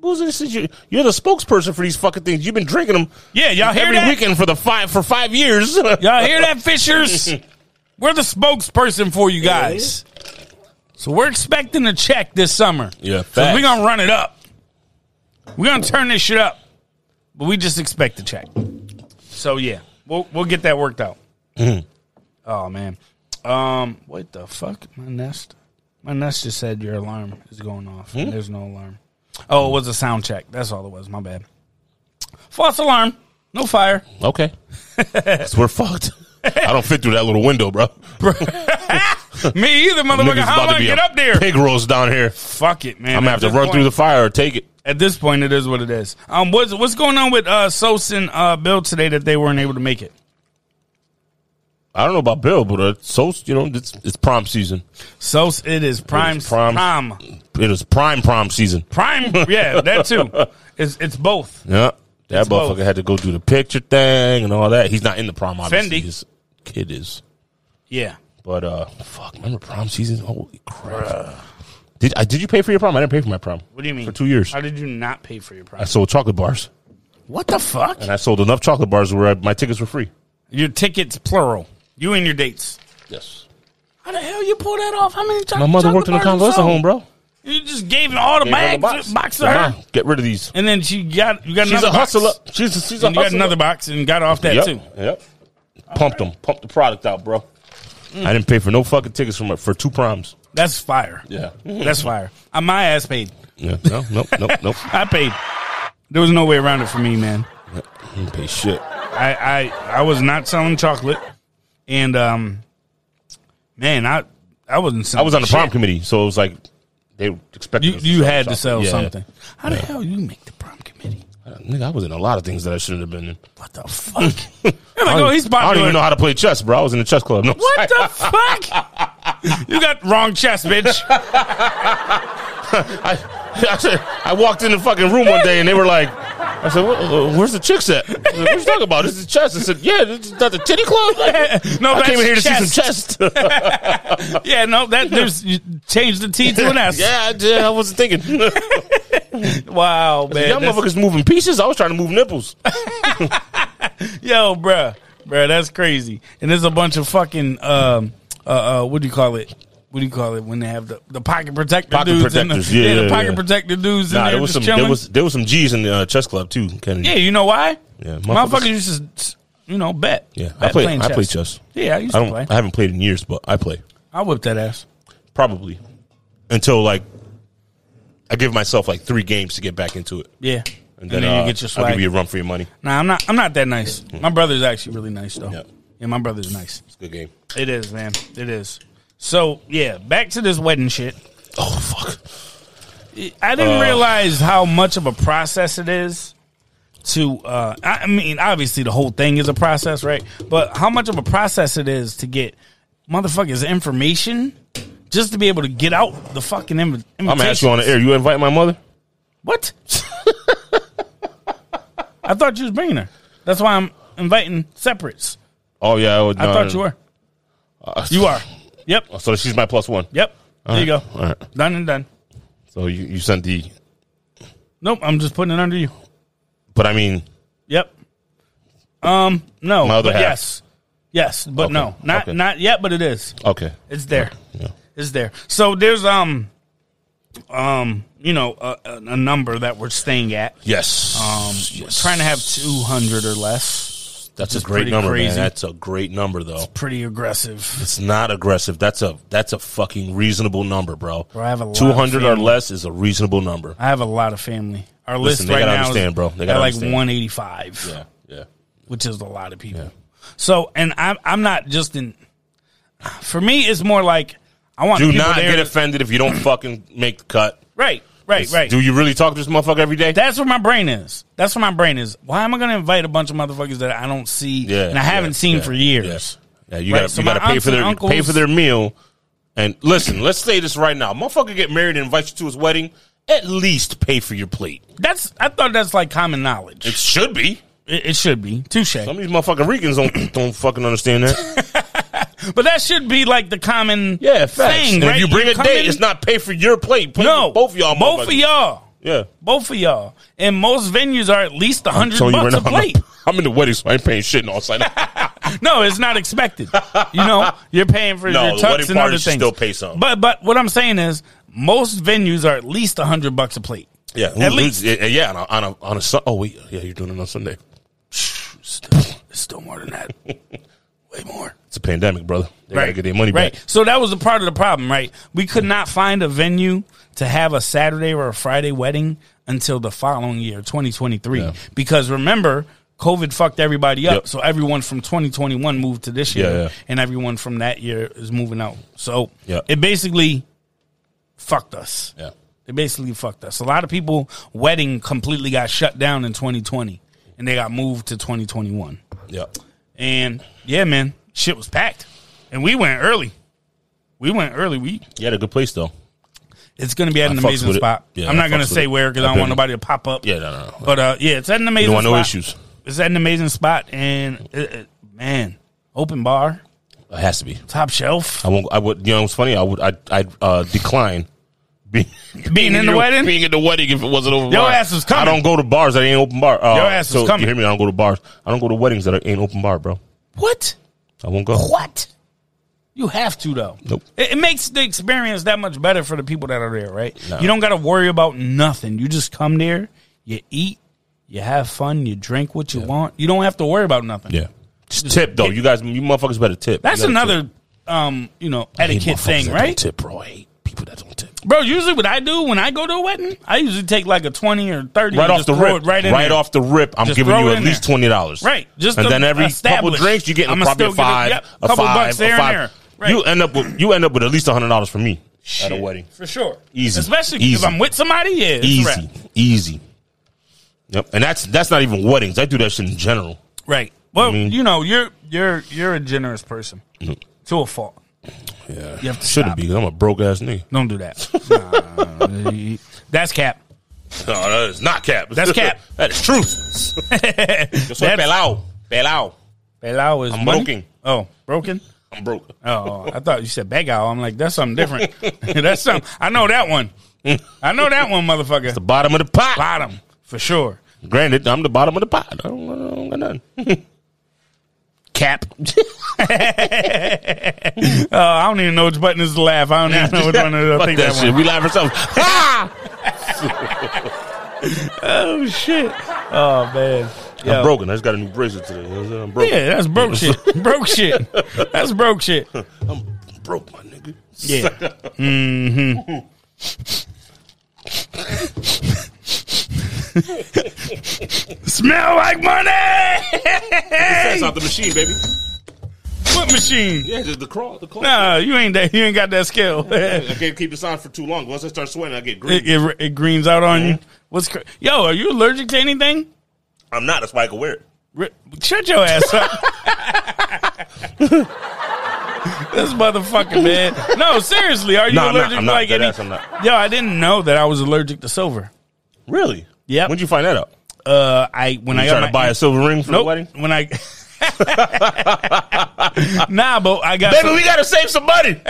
booze and shit, you- you're the spokesperson for these fucking things. You've been drinking them
Yeah, y'all hear
every
that?
weekend for the five for five years."
Y'all hear that, Fishers? we're the spokesperson for you guys. So we're expecting a check this summer.
Yeah,
So we're
facts.
gonna run it up. We're gonna turn this shit up. But we just expect a check. So yeah. We'll we'll get that worked out.
Mm-hmm.
oh man. Um what the fuck? My nest my nest just said your alarm is going off.
Hmm?
And there's no alarm. Oh, it was a sound check. That's all it was. My bad. False alarm. No fire.
Okay. 'Cause we're fucked. I don't fit through that little window, bro.
Me either, motherfucker.
Niggas
How am I
a
get up there?
Pig roast down here.
Fuck it, man.
I'm gonna have to run through the fire or take it.
At this point, it is what it is. Um, what's what's going on with uh Sos and uh Bill today that they weren't able to make it?
I don't know about Bill, but uh, so you know it's it's prom season.
Sos, it is prime,
It is prime.
prime,
It is prime prom season.
prime. Yeah, that too. It's it's both.
Yeah, that
It's
motherfucker
both.
had to go do the picture thing and all that. He's not in the prom, obviously.
Fendi.
His kid is.
Yeah,
But uh, fuck, remember prom season? Holy crap! Did I did you pay for your prom? I didn't pay for my prom.
What do you mean?
For two years,
how did you not pay for your
I
price?
sold chocolate bars,
What the fuck?
and I sold enough chocolate bars where I, my tickets were free.
Your tickets plural. You and your dates.
Yes,
How the hell you pull that off? How many times?
my mother worked in a convalescent home, bro.
You just gave her all the
Gave her the
bags, box. to her,
Nah, Get rid of these.
and then she got you got
She's
another
a
box.
hustler. She's a, she's a
And you
hustler.
got another box and got off that
yep.
too.
Yep. Pumped them. Pumped the product out, bro. Mm. I didn't pay for no fucking tickets from her for two primes.
That's fire.
Yeah.
That's fire. Uh, my ass paid.
Yeah. No. Nope. Nope. Nope.
I paid. There was no way around it for me, man.
I didn't pay shit.
I I, I was not selling chocolate, and um, man, I I wasn't.
I
Selling
was on the
shit.
prom committee, so it was like they expected
You
us
you had to sell
Yeah.
something. How the hell you make the prom committee?
Uh, Nigga, I was in a lot of things that I shouldn't have been in.
What the fuck? I'm
I
like,
don't,
oh, he's
I don't
popular.
even know how to play chess, bro. I was in a chess club. No,
What the fuck? You got wrong chest, bitch.
I, I, said, I walked in the fucking room one day and they were like, I said, "Wh- uh, where's the chicks at? I said, what you talking about? This is chess. I said, yeah, this is not the titty club.
No,
I
that's
came in here to
chest.
see some chest.
Yeah, no, that there's you changed the T to an S.
yeah, I, did. I wasn't thinking.
Wow, man.
Y'all
That's-
motherfuckers moving pieces. I was trying to move nipples.
Yo, bruh, bruh, that's crazy. And there's a bunch of fucking um, uh, uh, what do you call it? What do you call it when they have the, the pocket protector
Pocket
dudes? in the-
protectors, yeah,
the
yeah,
pocket
yeah.
protector dudes. in
Nah,
there,
there was some.
just chilling.
There was there was some G's in the uh, chess club too, Kennedy.
yeah, you know why?
Yeah,
motherfuckers,
motherfuckers-
used to, you know, bet.
Yeah, I
Bet
play.
playing
I play chess.
Yeah, I used
I
to
don't.
play.
I haven't played in years, but I play
I whipped that ass.
probably until like I give myself like three games to get back into it,
Yeah,
and then, uh,
you get your
I'll
swag.
give you a run for your money.
nah, I'm not. I'm not that nice. My brother's actually really nice though.
Yeah.
yeah my brother's nice.
It's a good game.
It is, man. It is. So yeah, back to this wedding shit.
Oh fuck!
I
Uh,
didn't realize how much of a process it is to. Uh, I I mean, obviously the whole thing is a process, right? But how much of a process it is to get motherfuckers information just to be able to get out the fucking inv- invitation.
I'm gonna ask you on the air. You invite my mother?
What? I thought you was bringing her. That's why I'm inviting separates.
Oh yeah, I, would,
I
no,
thought
no,
you
no.
were.
uh,
You are. Yep.
So she's my plus one.
Yep. There you go.
All right.
Done and done.
So you, you sent the,
Nope. I'm just putting it under you.
but I mean,
Yep. Um. No.
My other
but
half.
Yes. Yes, but
Okay.
no, not
Okay.
not yet. But it is.
okay.
It's there.
Yeah.
It's there. So there's um, um, you know, a, a a number that we're staying at.
Yes.
Um, trying to have 200 or less.
That's a
is
great
pretty
number,
crazy.
man. That's a great number, though.
Pretty aggressive.
It's not aggressive. That's a that's a fucking reasonable number, bro.
Bro, I have a lot of
Two hundred or
family.
less is a reasonable number.
I have a lot of family. Our
Listen,
list
they
right
gotta
now is
understand, bro. They gotta
at like
understand.
185.
Yeah, yeah.
which is a lot of people. So, and I'm I'm not just in. For me, it's more like I want
Do
people
not
there
get
to-
offended if you don't fucking make the cut.
Right, right, right.
Do you really talk to this motherfucker every day?
That's where my brain is. That's where my brain is. Why am I going to invite a bunch of motherfuckers that I don't see and I haven't
yeah,
seen
yeah,
for years?
Yeah, Yeah, you
Right,
gotta
so
you
my
gotta pay
aunts
for
and
their
uncles-
pay for their meal. And listen, let's say this right now. Motherfucker get married and invites you to his wedding, at least pay for your plate.
That's I thought that's like common knowledge.
It should be.
It, it should be touche,
Some of these motherfucking Ricans don't don't fucking understand that.
but that should be like the common
Yeah, facts.
thing.
And
right?
If you bring a
come
date,
in-
it's not pay for your plate. Pay
no
for both of y'all.
both
motherfuckers.
of y'all,
Yeah.
both of y'all. And most venues are at least a hundred
Telling you
bucks
right
a
now, I'm
plate.
not- I'm in the wedding, so I ain't paying shit in all side.
No, it's not expected. You know, you're paying for
No,
your
the
tux
wedding
and
party
other
should
things.
still pay some.
But but what I'm saying is, most venues are at least hundred bucks a plate.
yeah,
at least
yeah, yeah, on a on a, on a Sun- oh wait, yeah, you're doing it on Sunday.
still, it's still more than that. Way more.
It's a pandemic, brother. They gotta get their money
right.
back.
So that was a part of the problem, right? We could not find a venue to have a Saturday or a Friday wedding until the following year, 2023.
Yeah.
Because remember, COVID fucked everybody up.
Yep.
So everyone from 2021 moved to this year,
Yeah, yeah.
and everyone from that year is moving out. So
Yeah.
it basically fucked us.
Yeah,
They basically fucked us. A lot of people wedding completely got shut down in 2020 and they got moved to 2021.
yeah.
And yeah, man, shit was packed. And we went early. We went early. We
You had a good place though.
it's going to be at
I
an
fucks
amazing
with it.
spot.
Yeah,
I'm
I
not going to
fucks
say
with it.
where because I
I
don't
feel
want
you.
nobody to pop up.
Yeah, no, no, no.
But uh, yeah, it's at an amazing.
You don't want no
spot.
issues.
It's at an amazing spot, and it, it- man, open bar,
It has to be.
top shelf,
I won't. I would. You know, it's funny. I would. I. I uh, decline. Being,
being in the
your-
wedding.
being in the wedding, if it wasn't open,
Your
bar.
ass was coming.
I don't go to bars that ain't open bar. Uh,
Your ass was
so
coming.
You hear me? I don't go to bars. I don't go to weddings that ain't open bar, bro.
What?
I won't go.
What? You have to though.
Nope.
It, it makes the experience that much better for the people that are there, right? You don't got to worry about nothing. You just come there, you eat, you have fun, you drink what you want. You don't have to worry about nothing.
Yeah. Just tip though. You guys, you motherfuckers better tip.
That's
You gotta tip.
another um, you know, etiquette thing, right?
tip, bro. I hate people that don't tip.
Bro, usually what I do when I go to a wedding, I usually take like a 20 or 30
Right
and
off
just
the
throw
rip,
it right
right,
in there.
off the rip, I'm
Just
giving
throw
you
it
at
in
least
there.
twenty dollars,
Right, just
and
to
then every couple
establish.
drinks, you get
I'ma
probably a
still get a-
five,
yep,
a
couple
five,
bucks here
a
and
five.
there. Right.
You end up with you end up with at least hundred dollars from me at a wedding.
For sure.
Easy.
Especially if
Easy.
I'm with somebody, yeah. it's a wrap.
Easy, easy. Yep, and that's that's not even weddings. I do that shit in general.
Right. Well,
mean-
you know, you're you're you're a generous person.
Mm-hmm.
To a fault.
Yeah,
You have to
shouldn't
stop.
be. 'cause I'm a broke ass nigga.
Don't do that. Nah. That's cap.
No, that is not cap.
That's cap.
that is truth. Yo soy
That's-
pelao, pelao.
Belao is
I'm
money?
broken.
Oh, broken?
I'm broke.
Oh, I thought you said begao. I'm like, that's something different. that's something. I know that one. I know that one, motherfucker.
The bottom of the pot.
Bottom, for sure.
Granted, I'm the bottom of the pot. I don't, I don't got nothing.
Cap. Oh, I don't even know which button is to laugh. I don't even know which one it is. I
Fuck
think
that,
that,
shit.
one.
We laugh ourselves.
Oh, shit. Oh, man.
I'm
Yo.
broken. I just got a new bracelet today. You know what I'm saying? I'm broke.
Yeah, that's broke shit. Broke shit. That's broke shit.
I'm broke, my nigga.
Yeah. Smell like
That's
money.
out the machine, baby.
what machine?
Yeah, just the crawl. The crawl.
Nah, you ain't that. You ain't got that skill.
I can't keep this on for too long. Once I start sweating, I get
it,
green.
it, it greens out on you. What's cra- yo? Are you allergic to anything?
I'm not. That's why I can wear it.
Ri- Shut your ass up. this motherfucker, man. No, seriously, are you
No, I'm not.
allergic
I'm
to
not.
like
Dead
any?
ass, I'm not.
Yo, I didn't know that I was allergic to silver.
Really?
Yep.
When'd you find that out?
Uh, I when I
You
got
trying
my
to buy a silver ring for the
nope,
wedding?
when I nah, but I got
Baby, we gotta save some money.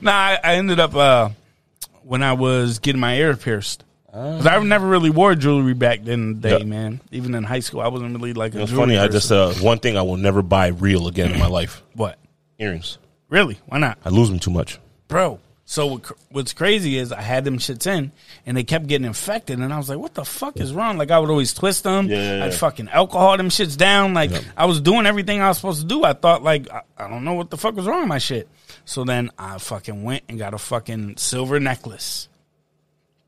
nah. I, I ended up uh when I was getting my ear pierced. 'Cause I never really wore jewelry back then. in the Day,
Oh. Yeah.
man. Even in high school, I wasn't really like a
It's
jewelry
funny. I
person.
just uh, one thing I will never buy real again in my life:
what
earrings.
really? Why not?
I lose them too much.
bro. So what, cr- what's crazy is I had them shits in, and they kept getting infected, and I was like, "What the fuck is wrong?" Like I would always twist them.
Yeah, yeah, yeah.
I'd fucking alcohol them shits down. Like I was doing everything I was supposed to do. I thought like I, I don't know what the fuck was wrong with my shit. So then I fucking went and got a fucking silver necklace.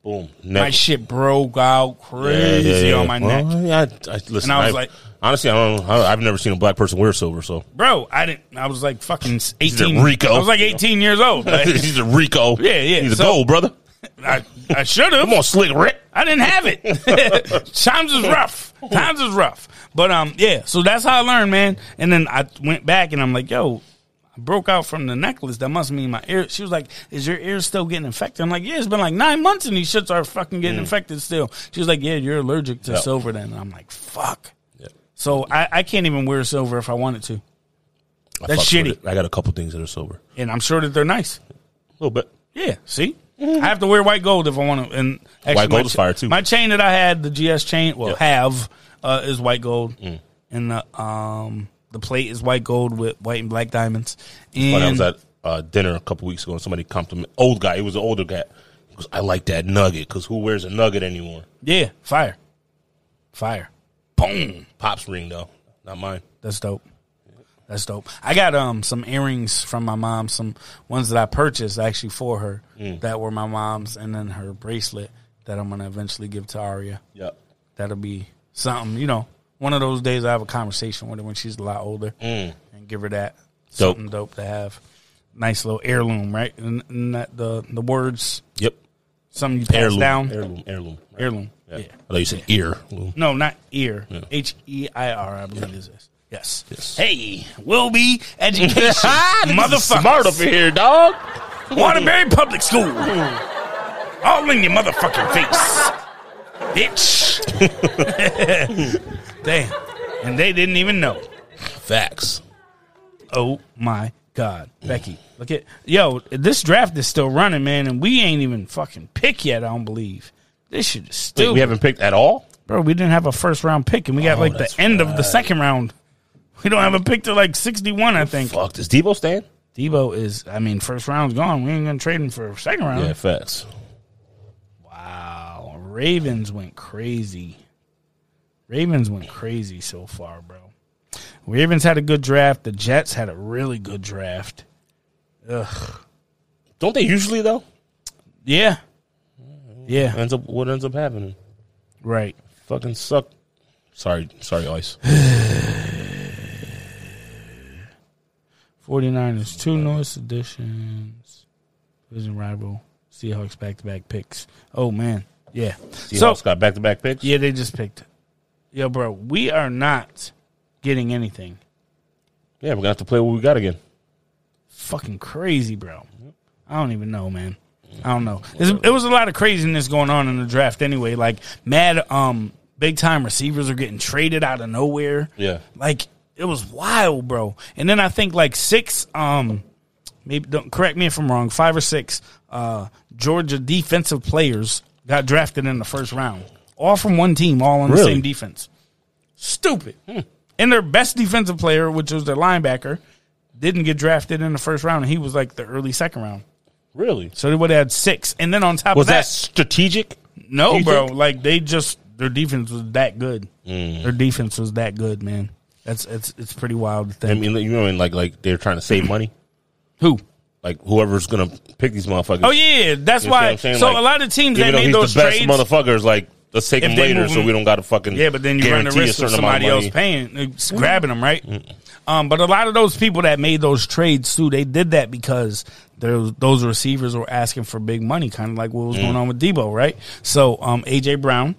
Boom.
My shit broke out crazy on my neck.
Well, yeah, I, I, listen,
And I was
I've-
like-
honestly, I don't. I, I've never seen a black person wear silver. So
Bro, I didn't. I was like fucking eighteen.
Rico.
I was like eighteen years old. Like,
he's a Rico.
Yeah, yeah,
He's
so-
a gold brother.
I, I should have.
Come on, slick Rick.
I didn't have it. Times is rough. Times is rough. But um, yeah. So that's how I learned, man. And then I went back and I'm like, yo, I broke out from the necklace. That must mean my ear. She was like, is your ear still getting infected? I'm like, yeah, it's been like nine months and these shits are fucking getting infected still. She was like, yeah, you're allergic to
Yeah.
silver. Then and I'm like, fuck. So I, I can't even wear silver if I wanted to.
I
That's
fucks with
shitty.
it. I got a couple things that are silver. A
And I'm sure that they're nice.
little bit.
Yeah, see, I have to wear white gold if I want to. And actually,
White
my
gold is fire, too.
My chain that I had, the GS chain, well,
Yeah.
have uh, is white gold,
Mm.
and the um the plate is white gold with white and black diamonds.
But I
And
was at uh, dinner a couple weeks ago, and somebody complimented old guy. He was an older guy. He goes, "I like that nugget because who wears a nugget anymore?"
yeah, fire, fire, boom.
Pops ring though, not mine.
That's dope. That's dope. I got um some earrings from my mom, some ones that I purchased actually for her
Mm.
that were my mom's, and then her bracelet that I'm gonna eventually give to Aria.
Yeah.
that'll be something. You know, one of those days I have a conversation with her when she's a lot older and give her that
Mm. Dope.
something dope to have. Nice little heirloom, right? And, and that the the words
Yep.
something you pass
Heirloom.
down
Heirloom. Heirloom.
heirloom. Yeah.
I thought you said ear.
No, not ear. H e i r. I believe is this. Yes.
Yes.
Hey, will be education, motherfucker.
Smart up in here, dog.
Waterbury Public School. All in your motherfucking face. Bitch. Damn. And they didn't even know.
Facts.
Oh my God. Becky, look at. Yo, this draft is still running, man, and we ain't even fucking pick yet, I don't believe. This shit is
Wait,
stupid.
we haven't picked at all.
Bro, we didn't have a first round pick, and we got like the
Oh, that's
end of the second round. We don't have a pick to like 61, I think.
Fuck. Does Debo stand?
Debo is. I mean, first round's gone. We ain't gonna trade him for a second round.
Yeah, facts.
Wow, Ravens went crazy. Ravens went crazy so far, bro. Ravens had a good draft. The Jets had a really good draft.
Don't they usually though?
Yeah, yeah,
Ends up what ends up happening?
right.
Fucking suck. Sorry, sorry, Ice.
49ers, two newest additions. Division rival. Seahawks back to back picks. Oh, man. Yeah.
Seahawks
So,
got back to back picks.
yeah, they just picked. Yo, bro, we are not getting anything.
yeah, we're gonna have to play what we got again.
Fucking crazy, bro. I don't even know, man. I don't know. It's, it was a lot of craziness going on in the draft anyway. Like, mad, um, big time receivers are getting traded out of nowhere.
Yeah,
Like it was wild, bro. And then I think like six, um, maybe don't correct me if I'm wrong, five or six uh, Georgia defensive players got drafted in the first round, all from one team, all on the
Really?
same defense. Stupid. And their best defensive player, which was their linebacker, didn't get drafted in the first round, and he was like the early second round.
really.
So they would have had six, and then on top
Was
of that,
that strategic?
no,
you
bro.
think? Mm.
Like they just their defense was that good. Their defense was that good, man. That's it's it's pretty wild to think.
I mean, you know, and like like they're trying to save money.
Who?
Like whoever's gonna pick these motherfuckers.
Oh yeah, that's
You see what
why.
I'm saying?
So
Like,
a lot of teams that
even though
made
he's
those
the best
trades.
motherfuckers, like let's take
If
him
they
later,
move
so
him-
we don't got to fucking
yeah, but then you run the
guarantee a
risk of
certain amount
somebody else
money.
paying, it's grabbing them, right? Um, but a lot of those people that made those trades too, they did that because those those receivers were asking for big money, kind of like what
Mm.
was going on with Debo, right? So um, AJ Brown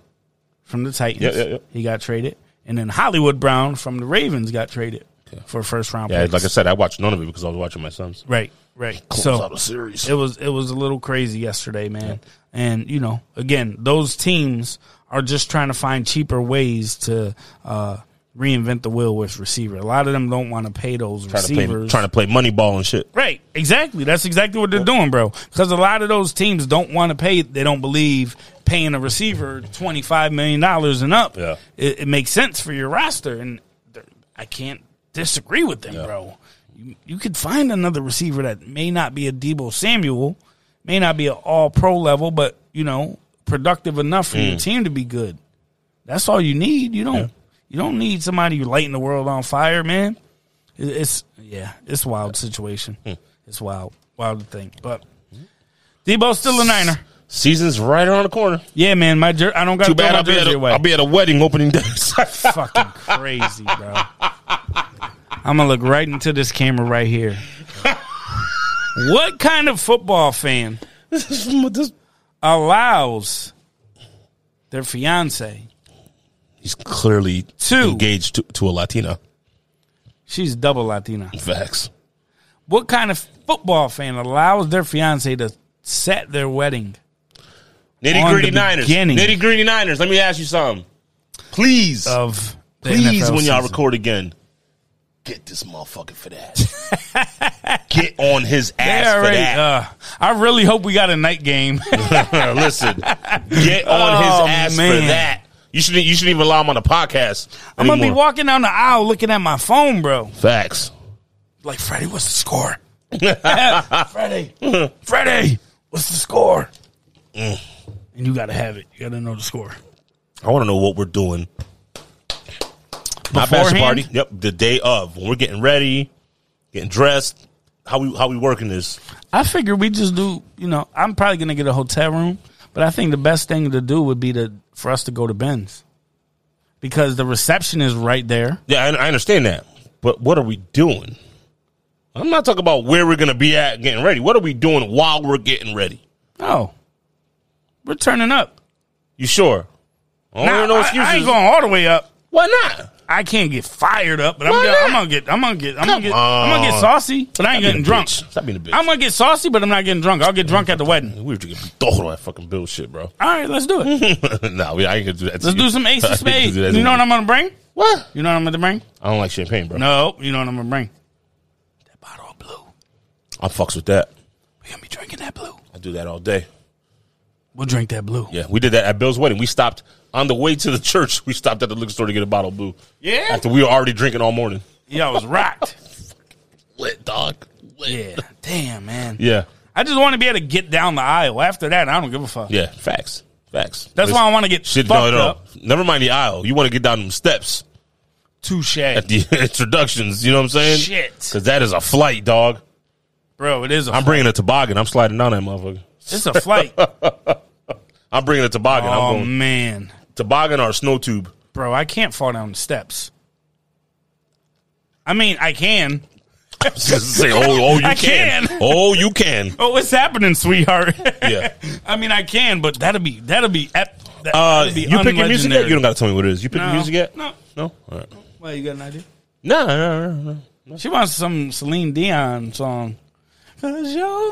from the Titans,
Yeah, yeah, yeah.
he got traded, and then Hollywood Brown from the Ravens got traded for first round.
Yeah,
picks.
like I said, I watched none of it because I was watching my sons.
Right, right. so it was it was a little crazy yesterday, man. And you know, again, those teams are just trying to find cheaper ways to uh, reinvent the wheel with receiver. A lot of them don't want to pay those
Trying to play,
receivers.
trying to play money ball and shit.
Right, exactly. That's exactly what they're doing, bro. Because a lot of those teams don't want to pay. They don't believe paying a receiver twenty five million dollars and up.
Yeah.
it, it makes sense for your roster, and they're- I can't disagree with them, bro. You, you could find another receiver that may not be a Debo Samuel, may not be an All Pro level, but you know, productive enough for your team to be good. That's all you need. You don't. You don't need somebody lighting the world on fire, man. It- It's yeah, it's a wild situation.
Hmm.
It's wild, wild to think. But Debo's still a Niner.
Season's right around the corner.
Yeah, man. My jer- I don't got to
Too
throw
bad
my
I'll be, at
jersey
a,
away.
I'll be at a wedding opening day.
fucking crazy, bro. I'm gonna look right into this camera right here. what kind of football fan
This is- this-
allows their fiance?
He's clearly
Two.
engaged to, to a Latina.
She's double Latina.
Facts.
What kind of football fan allows their fiance to set their wedding?
Nitty
On
gritty
the
Niners.
beginning.
Nitty gritty Niners. Let me ask you something. Please,
of the
please,
NFL
when y'all
season.
record again, get this motherfucker for that. get on his
They
ass for
already-
that.
uh, I really hope we got a night game.
Listen, get on
Oh,
his ass
man.
for that. You shouldn't. You shouldn't even allow him on the podcast.
I'm gonna be
anymore.
walking down the aisle looking at my phone, bro.
Facts.
Like Freddie, what's the score? Freddie, Freddie, what's the score?
Mm.
And you gotta have it. You gotta know the score.
I want to know what we're doing. Not bachelor
Beforehand?
party. Yep, the day of when we're getting ready, getting dressed. How we how we working this?
I figure we just do. You know, I'm probably gonna get a hotel room, but I think the best thing to do would be to for us to go to Ben's because the reception is right there.
Yeah, I, I understand that, but what are we doing? I'm not talking about where we're gonna be at getting ready. What are we doing while we're getting ready?
Oh, we're turning up.
You sure? I don't
Now,
hear no
I-
excuses.
I ain't going all the way up.
Why not?
I can't get fired up, but I'm
Why
gonna,
not?
I'm gonna get I'm gonna get I'm gonna
Come
get I'm gonna get
on.
saucy, but I ain't
Stop being
getting
a
drunk.
bitch. Stop being a bitch.
I'm gonna get saucy, but I'm not getting drunk. I'll get drunk at the wedding.
We were drinking all that fucking bullshit, bro.
All right, let's do it.
nah, we, I ain't gonna do that. to
Let's
you.
do some ace of
I ain't gonna
spades.
do that to
You know
you.
what I'm gonna bring?
What?
You know what I'm gonna bring?
I don't like champagne, bro.
No, you know what I'm gonna bring?
That bottle of blue.
I fucks with that.
We gonna be drinking that blue.
I do that all day.
We'll drink that blue.
Yeah, we did that at Bill's wedding. We stopped on the way to the church. We stopped at the liquor store to get a bottle of blue.
Yeah?
After we were already drinking all morning.
Yo, I was rocked.
Lit, dog.
Yeah. Damn, man.
Yeah.
I just want to be able to get down the aisle. After that, I don't give a fuck.
Yeah. Facts. Facts.
That's why I want to get
Shit, no,
fucked
no.
up.
Never mind the aisle. You want to get down them steps
Touche,
at the introductions. You know what I'm saying?
Shit.
Because that is a flight, dog.
bro. It is a.
I'm bringing a toboggan. I'm sliding down that motherfucker.
it's a flight.
I'm bringing a toboggan. I'm
oh
going
man,
toboggan or a snow tube.
bro, I can't fall down the steps. I mean, I can.
Say, oh, oh, you
I
can.
can.
Oh, you can.
Oh, what's happening, sweetheart?
Yeah.
I mean, I can, but that'll be that'll be ep- that,
Uh,
that'll be
you pick your music
unlegendary.
yet? You don't got to tell me what it is. You pick
No.
your music yet?
No.
No? All right.
Well, you got an idea?
No, no, no, no.
She wants some Celine Dion song. Cause you're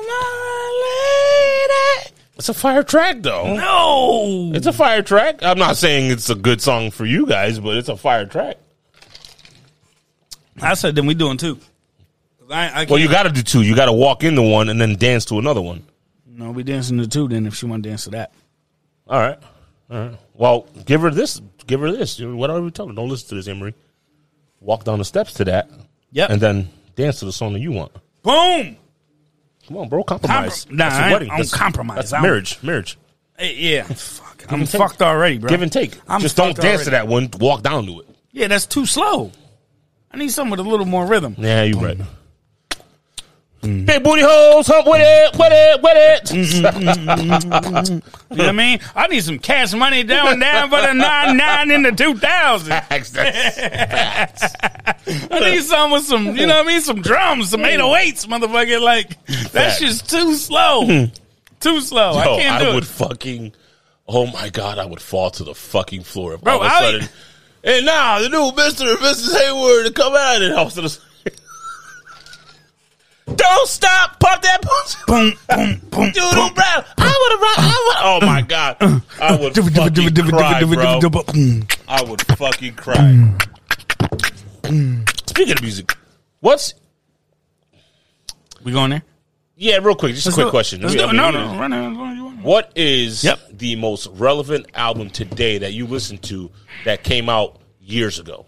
my lady.
It's a fire track, though.
No.
It's a fire track. I'm not saying it's a good song for you guys, but it's a fire track.
I said, then we doing two. 'Cause I, I can't,
Well, you got to do two. You got to walk into one and then dance to another one.
no, we dancing to two. Then if she want to dance to that,
All right. All right. Well, give her this. Give her this. You know, What are we talking? Don't listen to this, Emery. Walk down the steps to that
yep.
and then dance to the song that you want.
Boom.
Come on, bro. Compromise.
Compro- nah,
That's a
I ain't-
wedding.
I don't
That's-
compromise.
That's
I don't-
marriage. Marriage.
Eh, yeah. Fuck. I'm
and take.
fucked already, bro.
Give and take.
I'm
Just don't
fucked
dance to
already.
that one. Walk down to it.
Yeah, that's too slow. I need something with a little more rhythm.
Yeah, you right. Mm. Big booty hoes, hump with it, with it, with it.
You know what I mean? I need some cash money down down for the nine nine in the two thousand.
Facts, that's-
I need something with some, you know what I mean? Some drums, some eight oh eights, motherfucker. Like that's
Facts.
just too slow. too slow. I
Yo,
can't do
would
it.
fucking. Oh my god, I would fall to the fucking floor if
Bro,
all of a
I-
sudden. And now the new Mister and Mrs. Hayward to come out and all of a sudden. Don't stop, pump that punch.
Boom, boom, boom. Mm. Uh.
Dude, bro, I would have. I would. Oh my god, I would fucking cry, bro. I would fucking cry.
Mm.
Speaking of music, what's
We going there?
yeah? Real quick, just a quick
Let's do it.
question.
Let's
We-
do
I
it.
mean,
No,
we-
no, run it. run it, you want it.
What is
Yep.
the most relevant album today that you listened to that came out years ago?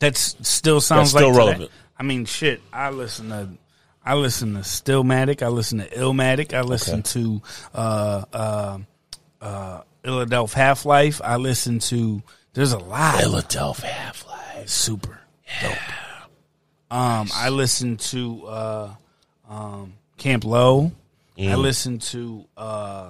That's still sounds
That's still
like today.
relevant.
I mean, shit. I listen to, I listen to Stillmatic. I listen to Illmatic. I listen to uh, uh, uh, Illadelph Half Life. I listen to. There's a lot.
Philadelphia Half Life.
super dope. Um, I listen to uh, um, Camp Low. I
Mm.
listen to uh,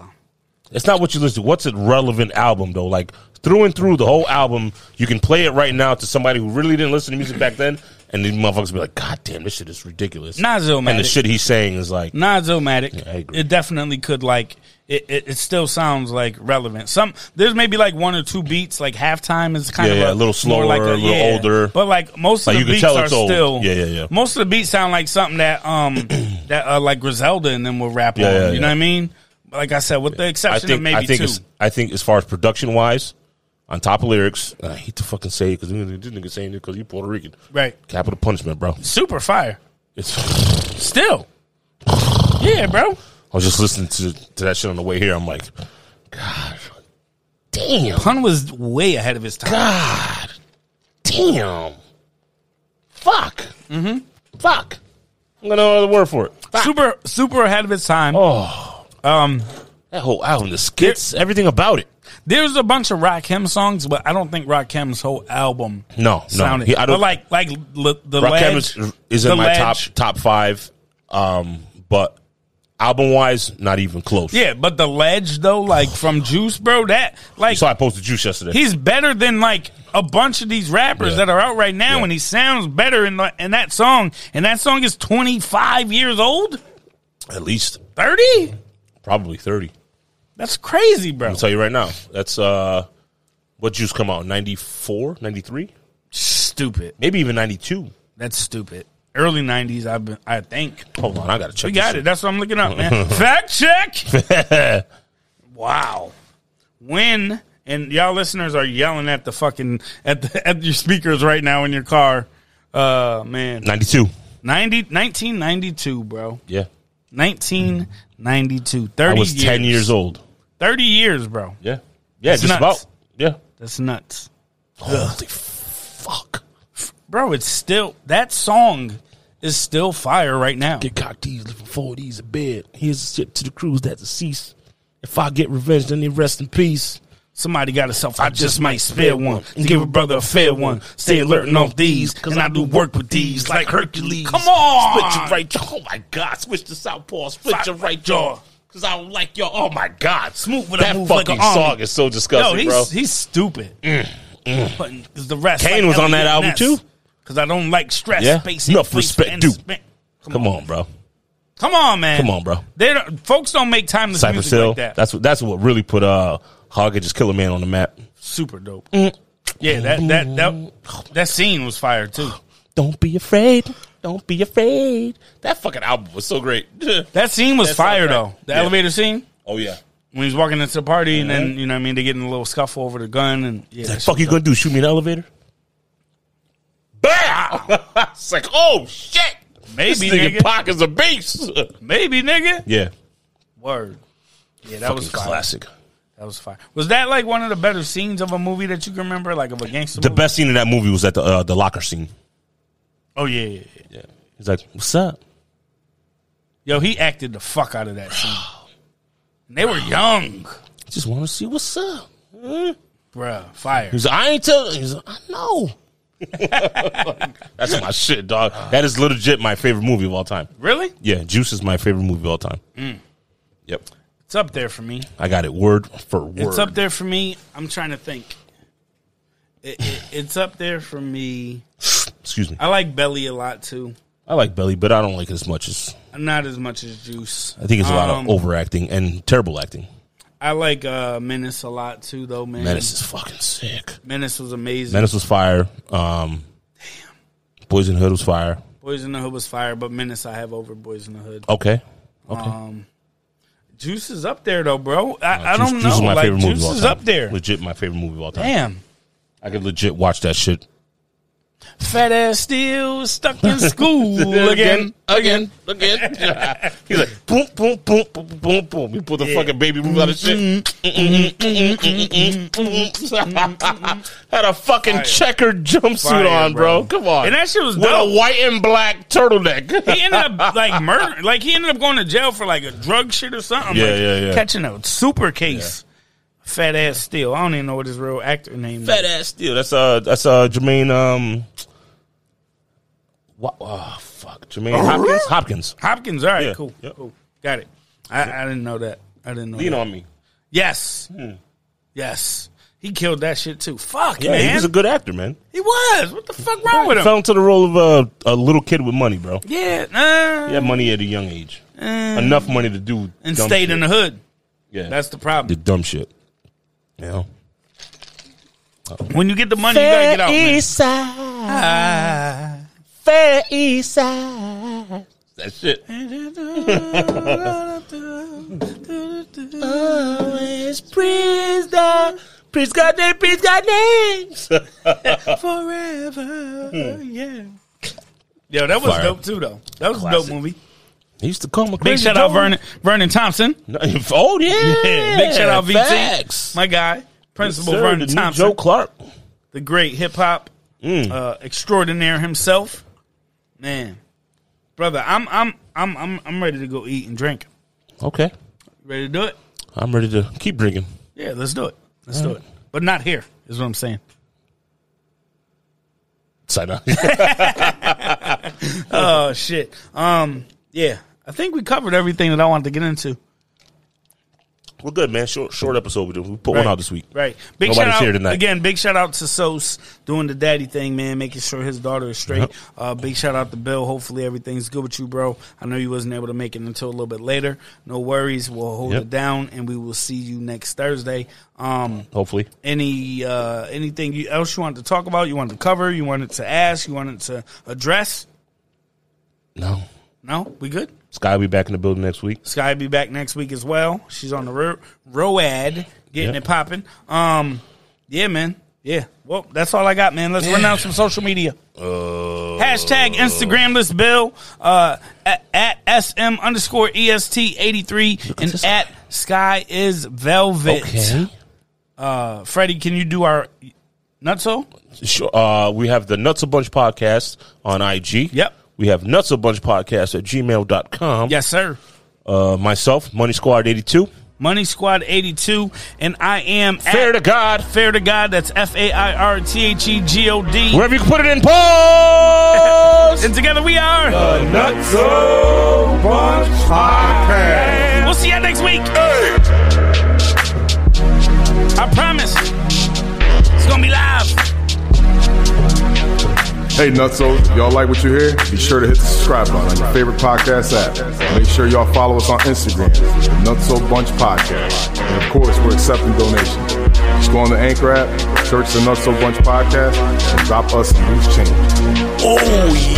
It's not what you listen to. What's a relevant album though? Like through and through the whole album, you can play it right now to somebody who really didn't listen to music back then, and these motherfuckers be like, "God damn, this shit is ridiculous."
Nas Illmatic.
and the shit he's saying is like,
Nozomatic.
I agree.
it definitely could like it, it. It still sounds like relevant. Some there's maybe like one or two beats. Like halftime is kind
Yeah,
of
yeah, a little
more
slower,
like
a little older.
But like most
Like,
of
you
the
can
beats
tell
are
it's old.
still
Yeah, yeah, yeah.
Most of the beats sound like something that um that uh, like Griselda and them will rap
Yeah,
on.
yeah,
you
yeah.
know what I mean? Like I said, with the
I
exception
think
of maybe
I think
two.
it's- I think as far as production wise, on top of lyrics, and I hate to fucking say it because this nigga saying it because you Puerto Rican.
Right.
Capital punishment, bro.
Super fire.
It's.
Still. Yeah, bro.
I was just listening to, to that shit on the way here. I'm like, God, damn,
Pun was way ahead of his time.
God, damn, fuck, mm-hmm. fuck. I'm gonna know another word for it. Fuck.
Super super ahead of his time.
Oh,
Um
that whole album, the skits, everything about it.
there's a bunch of Rakim songs, but I don't think Rakim's whole album
No, no,
sounded.
he- I don't.
but like like l- the
Rakim
ledge,
is, is in
The
my
Ledge.
top top five, um, but album wise, not even close.
yeah, but the ledge though, like from Juice, bro, that like
So I posted Juice yesterday.
he's better than like a bunch of these rappers
Yeah.
that are out right now,
Yeah.
and he sounds better in the, in that song. And that song is 25 years old,
At least
30.
probably thirty.
That's crazy, bro.
I'll tell you right now. That's uh, what Juice come out 94, 93?
Stupid.
maybe even 92.
That's stupid. Early '90s, I've been. I think
Hold on, I gotta check.
we got it. That's what I'm looking up, man. Fact check.
it.
Wow. When and y'all listeners are yelling at the fucking at the, at your speakers right now in your car. Uh man.
92.
90, 1992, bro.
Yeah,
1992. 30
I was
years.
10 years old.
30 years, bro.
Yeah, yeah,
That's
just
nuts.
about. Yeah.
That's nuts.
Holy fuck.
Bro, it's still that song is still fire right now.
Get cocked these, looking forward these a bed. Here's the ship to the crews that deceased. If I get revenge, then they rest in peace.
Somebody got herself, I just might spare one and give a brother a fair one. Stay alerting off these, cause I do work with these like Hercules. Come on!
Split your right jaw. Oh my God. Switch to southpaw. Split
Fuck.
your right jaw. Cause I don't like your. Oh my God.
Smooth with a
that
move like
fucking
a army.
song is so
Yo,
disgusting,
he's,
bro.
he's stupid. Putting- 'cause the rest. E
Kane was on that album, too.
Cause I don't like stress,
Yeah?
space,
Enough
space,
respect,
and
dude.
span- Come,
Come
on.
on, bro.
Come on, man.
Come on, bro.
They don't, folks don't make timeless
Cypress
music
Hill.
like that.
That's what. That's what really put uh Hoggage's Killer Man on the map.
super dope. Yeah, that, that that that scene was fire too.
Don't be afraid. Don't be afraid. That fucking album was so great.
That scene was
That's
fire
okay.
though. The
Yeah.
elevator scene
oh yeah.
when he's walking into the party and then you know what I mean they get in a little scuffle over the gun and yeah.
Like,
that
fuck you gonna do? Shoot me in the elevator? Bam! it's like, oh shit!
shit-
This
maybe
nigga
nigga,
Pac is a beast.
maybe nigga.
yeah,
Word. Yeah, that was fire.
classic.
That was fire. Was that like one of the better scenes of a movie that you can remember, like of a gangster?
The
movie?
best scene in that movie was at the uh, the locker scene.
Oh yeah, yeah, yeah.
Yeah, he's like, "What's up?"
Yo, he acted the fuck out of that scene. And they were young,
Just want to see what's up. Hmm?
bruh. Fire.
He's like, I ain't telling. He's like, I know. That's my shit, dog. That is legit my favorite movie of all time.
Really?
Yeah, Juice is my favorite movie of all time. Hmm. Yep,
It's up there for me.
I got it word for word.
It's up there for me. I'm trying to think. It, it, it's up there for me.
Excuse me.
I like Belly a lot too.
I like Belly, but I don't like it as much as
Not as much as Juice.
I think it's a lot
Um,
of overacting and terrible acting.
I like uh, Menace a lot too, though, man.
Menace is fucking sick.
Menace was amazing.
Menace was fire. Um, Damn. Boys in the Hood was fire.
Boys in the Hood was fire, but Menace I have over Boys in the Hood.
Okay. Okay.
Juice is up there though, bro. I, Um, I
Juice-
don't know.
Juice is my
like,
favorite movie
Juice
of all
is
time.
up there.
Legit, my favorite movie of all time.
Damn.
I could legit watch that shit
Fat ass still stuck in school again.
again, again. He's like boom, boom, boom, boom, boom, boom. He pulled the fucking baby move out of shit.
Mm-hmm.
Mm-hmm, Had a fucking checkered jumpsuit
Fire,
on, bro.
bro.
Come on,
And that shit was
with
dope.
a white and black turtleneck.
He ended up like murder, like he ended up going to jail for like a drug shit or something.
Yeah,
like,
yeah, yeah.
Catching a super case. Fat ass still. I don't even know what his real actor name
fat
is.
ass still. That's uh that's uh Jermaine um what oh fuck Jermaine Hopkins Hopkins.
Hopkins. All right,
Yeah,
cool,
yep.
cool. Got it. I, I didn't know that. I didn't know.
Lean
that.
on Hmm. me.
Yes, yes. He killed that shit too. Fuck
Yeah,
man,
he was a good actor, man.
he was. What the fuck wrong with him?
Fell into the role of uh, a little kid with money, bro.
yeah, nah. Uh,
He had money at a young age. Enough money to do
and stayed in the hood.
yeah.
That's the
the
problem.
dumb shit. Yeah.
When you get the money, you gotta get out. Man.
That shit. Please God name, please God names. Uh,
forever. Yeah. Yo, that was
hmm. Fire.
dope too, though. That was a
Classic.
dope movie.
He used to call me
Big
crazy.
shout out
Joe.
Vernon Vernon Thompson.
No, oh yeah.
Yeah, big shout out VT.
Facts.
My guy, Principal
Sir, the
Vernon
new
Thompson,
Joe Clark.
the great hip hop uh, extraordinaire himself. Man, brother, I'm I'm I'm I'm I'm ready to go eat and drink.
Okay,
Ready to do it?
I'm ready to keep drinking.
Yeah, let's do it. Let's do it. But not here is what I'm saying.
Sign up.
Oh shit. Um. Yeah, I think we covered everything that I wanted to get into.
We're good, man. Short short episode. We, do. we put one
Right.
out this week.
Right. Big
Nobody's
shout out
here tonight.
again. Big shout out to Sos doing the daddy thing, man, making sure his daughter is straight. Uh, big shout out to Bill. Hopefully everything's good with you, bro. I know you wasn't able to make it until a little bit later. No worries. We'll hold
Yep.
it down, and we will see you next Thursday. Um,
Hopefully,
any uh, anything you, else you wanted to talk about? You wanted to cover? You wanted to ask? You wanted to address?
no.
No, we good.
Sky will be back in the building next week.
Sky be back next week as well. She's on the ro- road, getting
Yep.
it popping. Um, yeah, man. Yeah. Well, that's all I got, man. Let's run out some social media.
Uh,
Hashtag Instagram list Bill uh, at, at SM underscore E EST eighty three and at Sky is Velvet. Uh, Freddie, can you do our nutso?
Sure. Uh, we have the Nuts a Bunch podcast on IG.
Yep.
We have Nuts a Bunch Podcast at gmail.com.
Yes, sir.
Uh, myself, Money Squad 82.
Money Squad 82, and I am
Fair
at
to God.
Fair to God. That's F A I R T H E G O D.
Wherever you can put it in pause.
And together we are.
Nuts a Bunch Podcast.
We'll see you next week. I promise. It's going to be live.
Hey, Nutso, y'all like what you hear? Be sure to hit the subscribe button on your favorite podcast app. Make sure y'all follow us on Instagram, the Nutso Bunch Podcast. And of course, we're accepting donations. Just go on the Anchor app, search the Nutso Bunch Podcast, and drop us some loose change.
Oh, yeah.